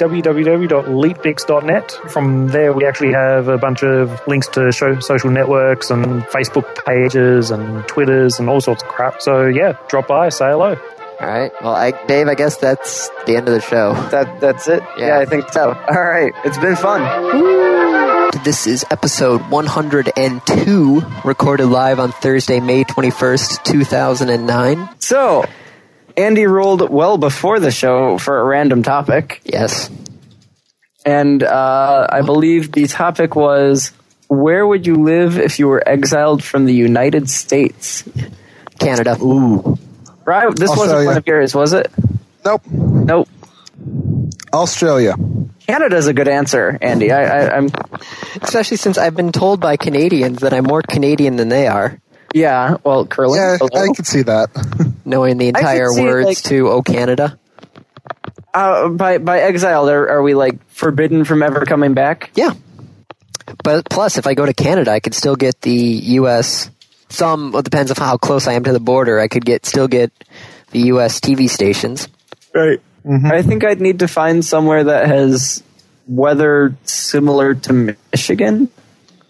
[SPEAKER 9] www.leapmix.net. From there, we actually have a bunch of links to show social networks and Facebook pages and Twitters and all sorts of crap. So yeah, drop by, say hello.
[SPEAKER 1] All right. Well, I, Dave, I guess that's the end of the show.
[SPEAKER 2] That that's it.
[SPEAKER 1] Yeah.
[SPEAKER 2] yeah, I think so. All right, it's been fun.
[SPEAKER 1] This is episode 102, recorded live on Thursday, May 21st, 2009.
[SPEAKER 2] So, Andy rolled well before the show for a random topic,
[SPEAKER 1] Yes.
[SPEAKER 2] and uh, I believe the topic was where would you live if you were exiled from the United States?
[SPEAKER 1] Canada.
[SPEAKER 2] Ooh, right. This wasn't
[SPEAKER 11] Australia.
[SPEAKER 2] one of yours, was it?
[SPEAKER 11] Nope.
[SPEAKER 2] Nope.
[SPEAKER 11] Australia.
[SPEAKER 2] Canada's a good answer, Andy. I, I, I'm
[SPEAKER 1] Especially since I've been told by Canadians that I'm more Canadian than they are,
[SPEAKER 2] yeah. Well, curling.
[SPEAKER 11] Yeah,
[SPEAKER 2] hello.
[SPEAKER 11] I could see that.
[SPEAKER 1] knowing the
[SPEAKER 2] I could
[SPEAKER 1] entire
[SPEAKER 2] see,
[SPEAKER 1] words
[SPEAKER 2] like-
[SPEAKER 1] to "Oh Canada."
[SPEAKER 2] uh, by by exiled, are, are we like forbidden from ever coming back?
[SPEAKER 1] Yeah. But plus, if I go to Canada, I could still get the U.S. Some well, it depends on how close I am to the border. I could get still get the U.S. TV stations.
[SPEAKER 2] Right. I think I'd need to find somewhere that has weather similar to Michigan.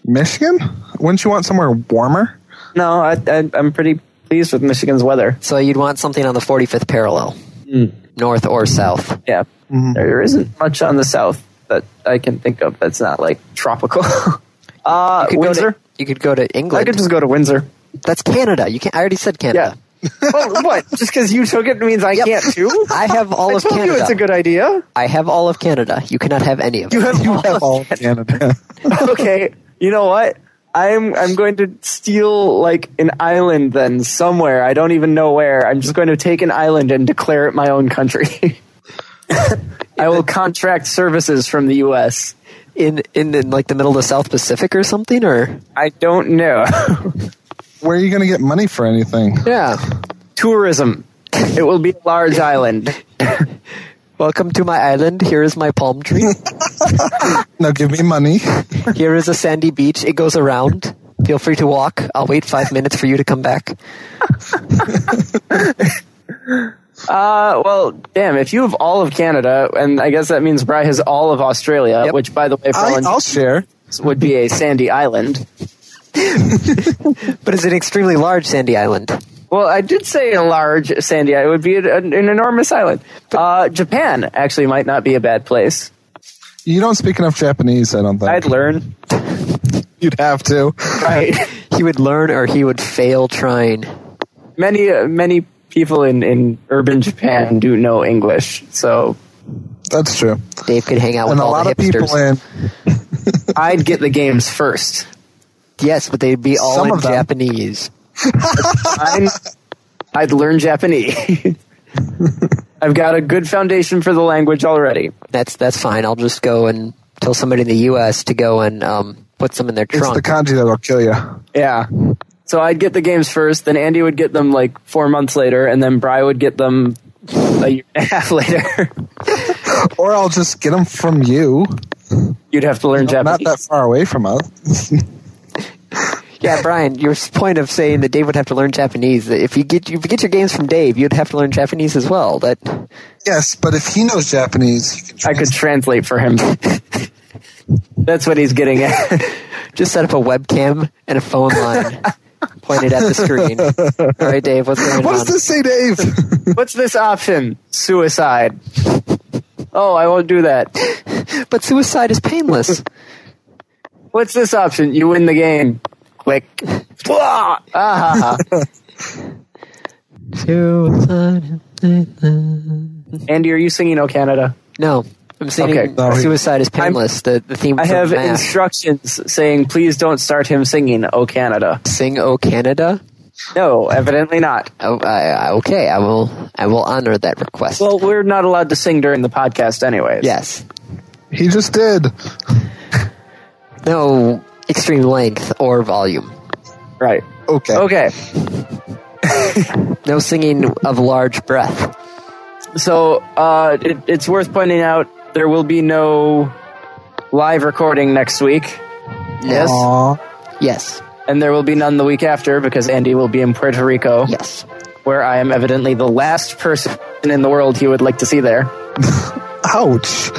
[SPEAKER 11] Michigan? Wouldn't you want somewhere
[SPEAKER 1] (laughs)
[SPEAKER 11] warmer?
[SPEAKER 2] No, I, I, I'm pretty pleased with Michigan's weather.
[SPEAKER 1] So you'd want something on the 45th parallel, north or south.
[SPEAKER 2] Yeah, there isn't much on the south that I can think of that's not like tropical. (laughs) uh,
[SPEAKER 1] You could go to-
[SPEAKER 2] Windsor.
[SPEAKER 1] you could go to England.
[SPEAKER 2] I could just go to Windsor.
[SPEAKER 1] That's Canada. You can not I already said
[SPEAKER 2] Yeah. (laughs)
[SPEAKER 1] Canada.
[SPEAKER 2] oh, what? Just because you took it means I can't too?
[SPEAKER 1] I have all
[SPEAKER 2] I
[SPEAKER 1] of
[SPEAKER 2] told you
[SPEAKER 1] Canada.
[SPEAKER 2] it's a good idea.
[SPEAKER 1] I have all of Canada. You cannot have any of it.
[SPEAKER 11] You have all of Canada.
[SPEAKER 2] okay, you know what? I'm I'm going to steal like an island then somewhere. I don't even know where. I'm just going to take an island and declare it my own country. (laughs) I will contract services from the US.
[SPEAKER 1] in, in in like the middle of the South Pacific or something or
[SPEAKER 2] I don't know. (laughs)
[SPEAKER 11] Where are you going to get money for anything?
[SPEAKER 1] yeah.
[SPEAKER 2] Tourism. It will be a large island.
[SPEAKER 1] Welcome to my island. Here is my palm
[SPEAKER 2] (laughs)
[SPEAKER 1] tree.
[SPEAKER 11] Now give me
[SPEAKER 1] (laughs)
[SPEAKER 11] money.
[SPEAKER 1] Here is a sandy beach. It goes around. Feel free to walk. I'll wait five minutes for you to come back.
[SPEAKER 2] Uh, well, damn, if you have all of Canada, and I guess that means Bry has all of Australia,
[SPEAKER 1] Yep.
[SPEAKER 2] which, by the way, for all
[SPEAKER 11] I, I'll
[SPEAKER 2] intents
[SPEAKER 11] share.
[SPEAKER 2] would be a sandy island.
[SPEAKER 1] But it's an extremely large sandy island.
[SPEAKER 2] Well, I did say a large sandy. It would be an, an enormous island. Uh, Japan actually might not be a bad place.
[SPEAKER 11] You don't speak enough Japanese, I don't think.
[SPEAKER 2] I'd learn.
[SPEAKER 11] You'd have to.
[SPEAKER 2] Right.
[SPEAKER 1] He would learn or he would fail trying.
[SPEAKER 2] (laughs) many uh, many people in, in urban Japan do know English, so
[SPEAKER 11] That's true.
[SPEAKER 1] Dave could hang out with
[SPEAKER 11] And a
[SPEAKER 1] all
[SPEAKER 11] lot
[SPEAKER 1] the
[SPEAKER 11] of people
[SPEAKER 1] hipsters.
[SPEAKER 11] in
[SPEAKER 2] I'd get the games first.
[SPEAKER 1] yes, but they'd be all
[SPEAKER 11] Some
[SPEAKER 1] in
[SPEAKER 11] of them.
[SPEAKER 1] Japanese.
[SPEAKER 2] I'm, I'd learn Japanese. (laughs) I've got a good foundation for the language already.
[SPEAKER 1] That's that's fine. I'll just go and tell somebody in the U.S. to go and um, put some in their
[SPEAKER 11] it's the
[SPEAKER 1] trunk.
[SPEAKER 11] kanji that'll kill you.
[SPEAKER 2] Yeah. So I'd get the games first, then Andy would get them like four months later, and then Bry would get them a year and a half (laughs) later.
[SPEAKER 11] Or I'll just get them from you.
[SPEAKER 2] You'd have to learn
[SPEAKER 11] Not
[SPEAKER 2] Japanese.
[SPEAKER 11] that far away from us.
[SPEAKER 1] yeah, Brian, your point of saying that Dave would have to learn Japanese. that If you get if you get your games from Dave, you'd have to learn Japanese as well. That
[SPEAKER 11] yes, but if he knows Japanese, he can
[SPEAKER 2] I could translate for him. That's what he's getting at.
[SPEAKER 1] (laughs) just set up a webcam and a phone (laughs) line pointed at the screen. All right, Dave, what's going
[SPEAKER 11] What
[SPEAKER 1] on?
[SPEAKER 11] does this
[SPEAKER 1] (laughs)
[SPEAKER 11] say, Dave?
[SPEAKER 2] What's this option? Suicide. Oh, I won't do that.
[SPEAKER 1] (laughs) But suicide is painless.
[SPEAKER 2] What's this option? You win the game. Click. Blah! Ah.
[SPEAKER 1] suicide.
[SPEAKER 2] Andy, are you singing O Canada?
[SPEAKER 1] No, I'm saying
[SPEAKER 2] Okay.
[SPEAKER 11] Sorry.
[SPEAKER 1] suicide is painless. the the theme.
[SPEAKER 2] I
[SPEAKER 1] from
[SPEAKER 2] have
[SPEAKER 1] MASH.
[SPEAKER 2] instructions saying please don't start him singing O Canada.
[SPEAKER 1] sing "O Canada."
[SPEAKER 2] No, evidently not.
[SPEAKER 1] Oh, I, I- okay, I will. I will honor that request.
[SPEAKER 2] Well, we're not allowed to sing during the podcast, anyways.
[SPEAKER 1] yes,
[SPEAKER 11] He just did.
[SPEAKER 1] no extreme length or volume.
[SPEAKER 2] Right.
[SPEAKER 11] Okay.
[SPEAKER 2] Okay.
[SPEAKER 1] No singing of large breath.
[SPEAKER 2] So uh, it, it's worth pointing out there will be no live recording next week. Yes.
[SPEAKER 11] Aw.
[SPEAKER 1] Yes.
[SPEAKER 2] And there will be none the week after because Andy will be in Puerto Rico,
[SPEAKER 1] Yes.
[SPEAKER 2] where I am evidently the last person in the world he would like to see there.
[SPEAKER 11] Ouch.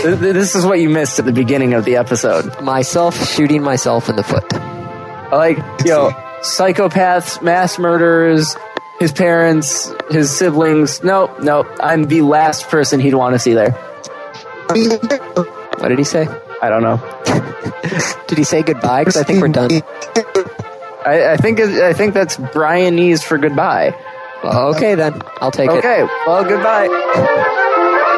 [SPEAKER 2] Th- th- This is what you missed at the beginning of the episode.
[SPEAKER 1] Myself shooting myself in the foot.
[SPEAKER 2] I Like, yo, psychopaths, mass murderers, his parents, his siblings. Nope, nope. I'm the last person he'd want to see there.
[SPEAKER 1] What did he say?
[SPEAKER 2] I don't know.
[SPEAKER 1] Did he say goodbye? Because I think we're done.
[SPEAKER 2] I, I think it- I think that's Brian Ease for goodbye.
[SPEAKER 1] Okay, then. I'll take it.
[SPEAKER 2] Okay, well, goodbye.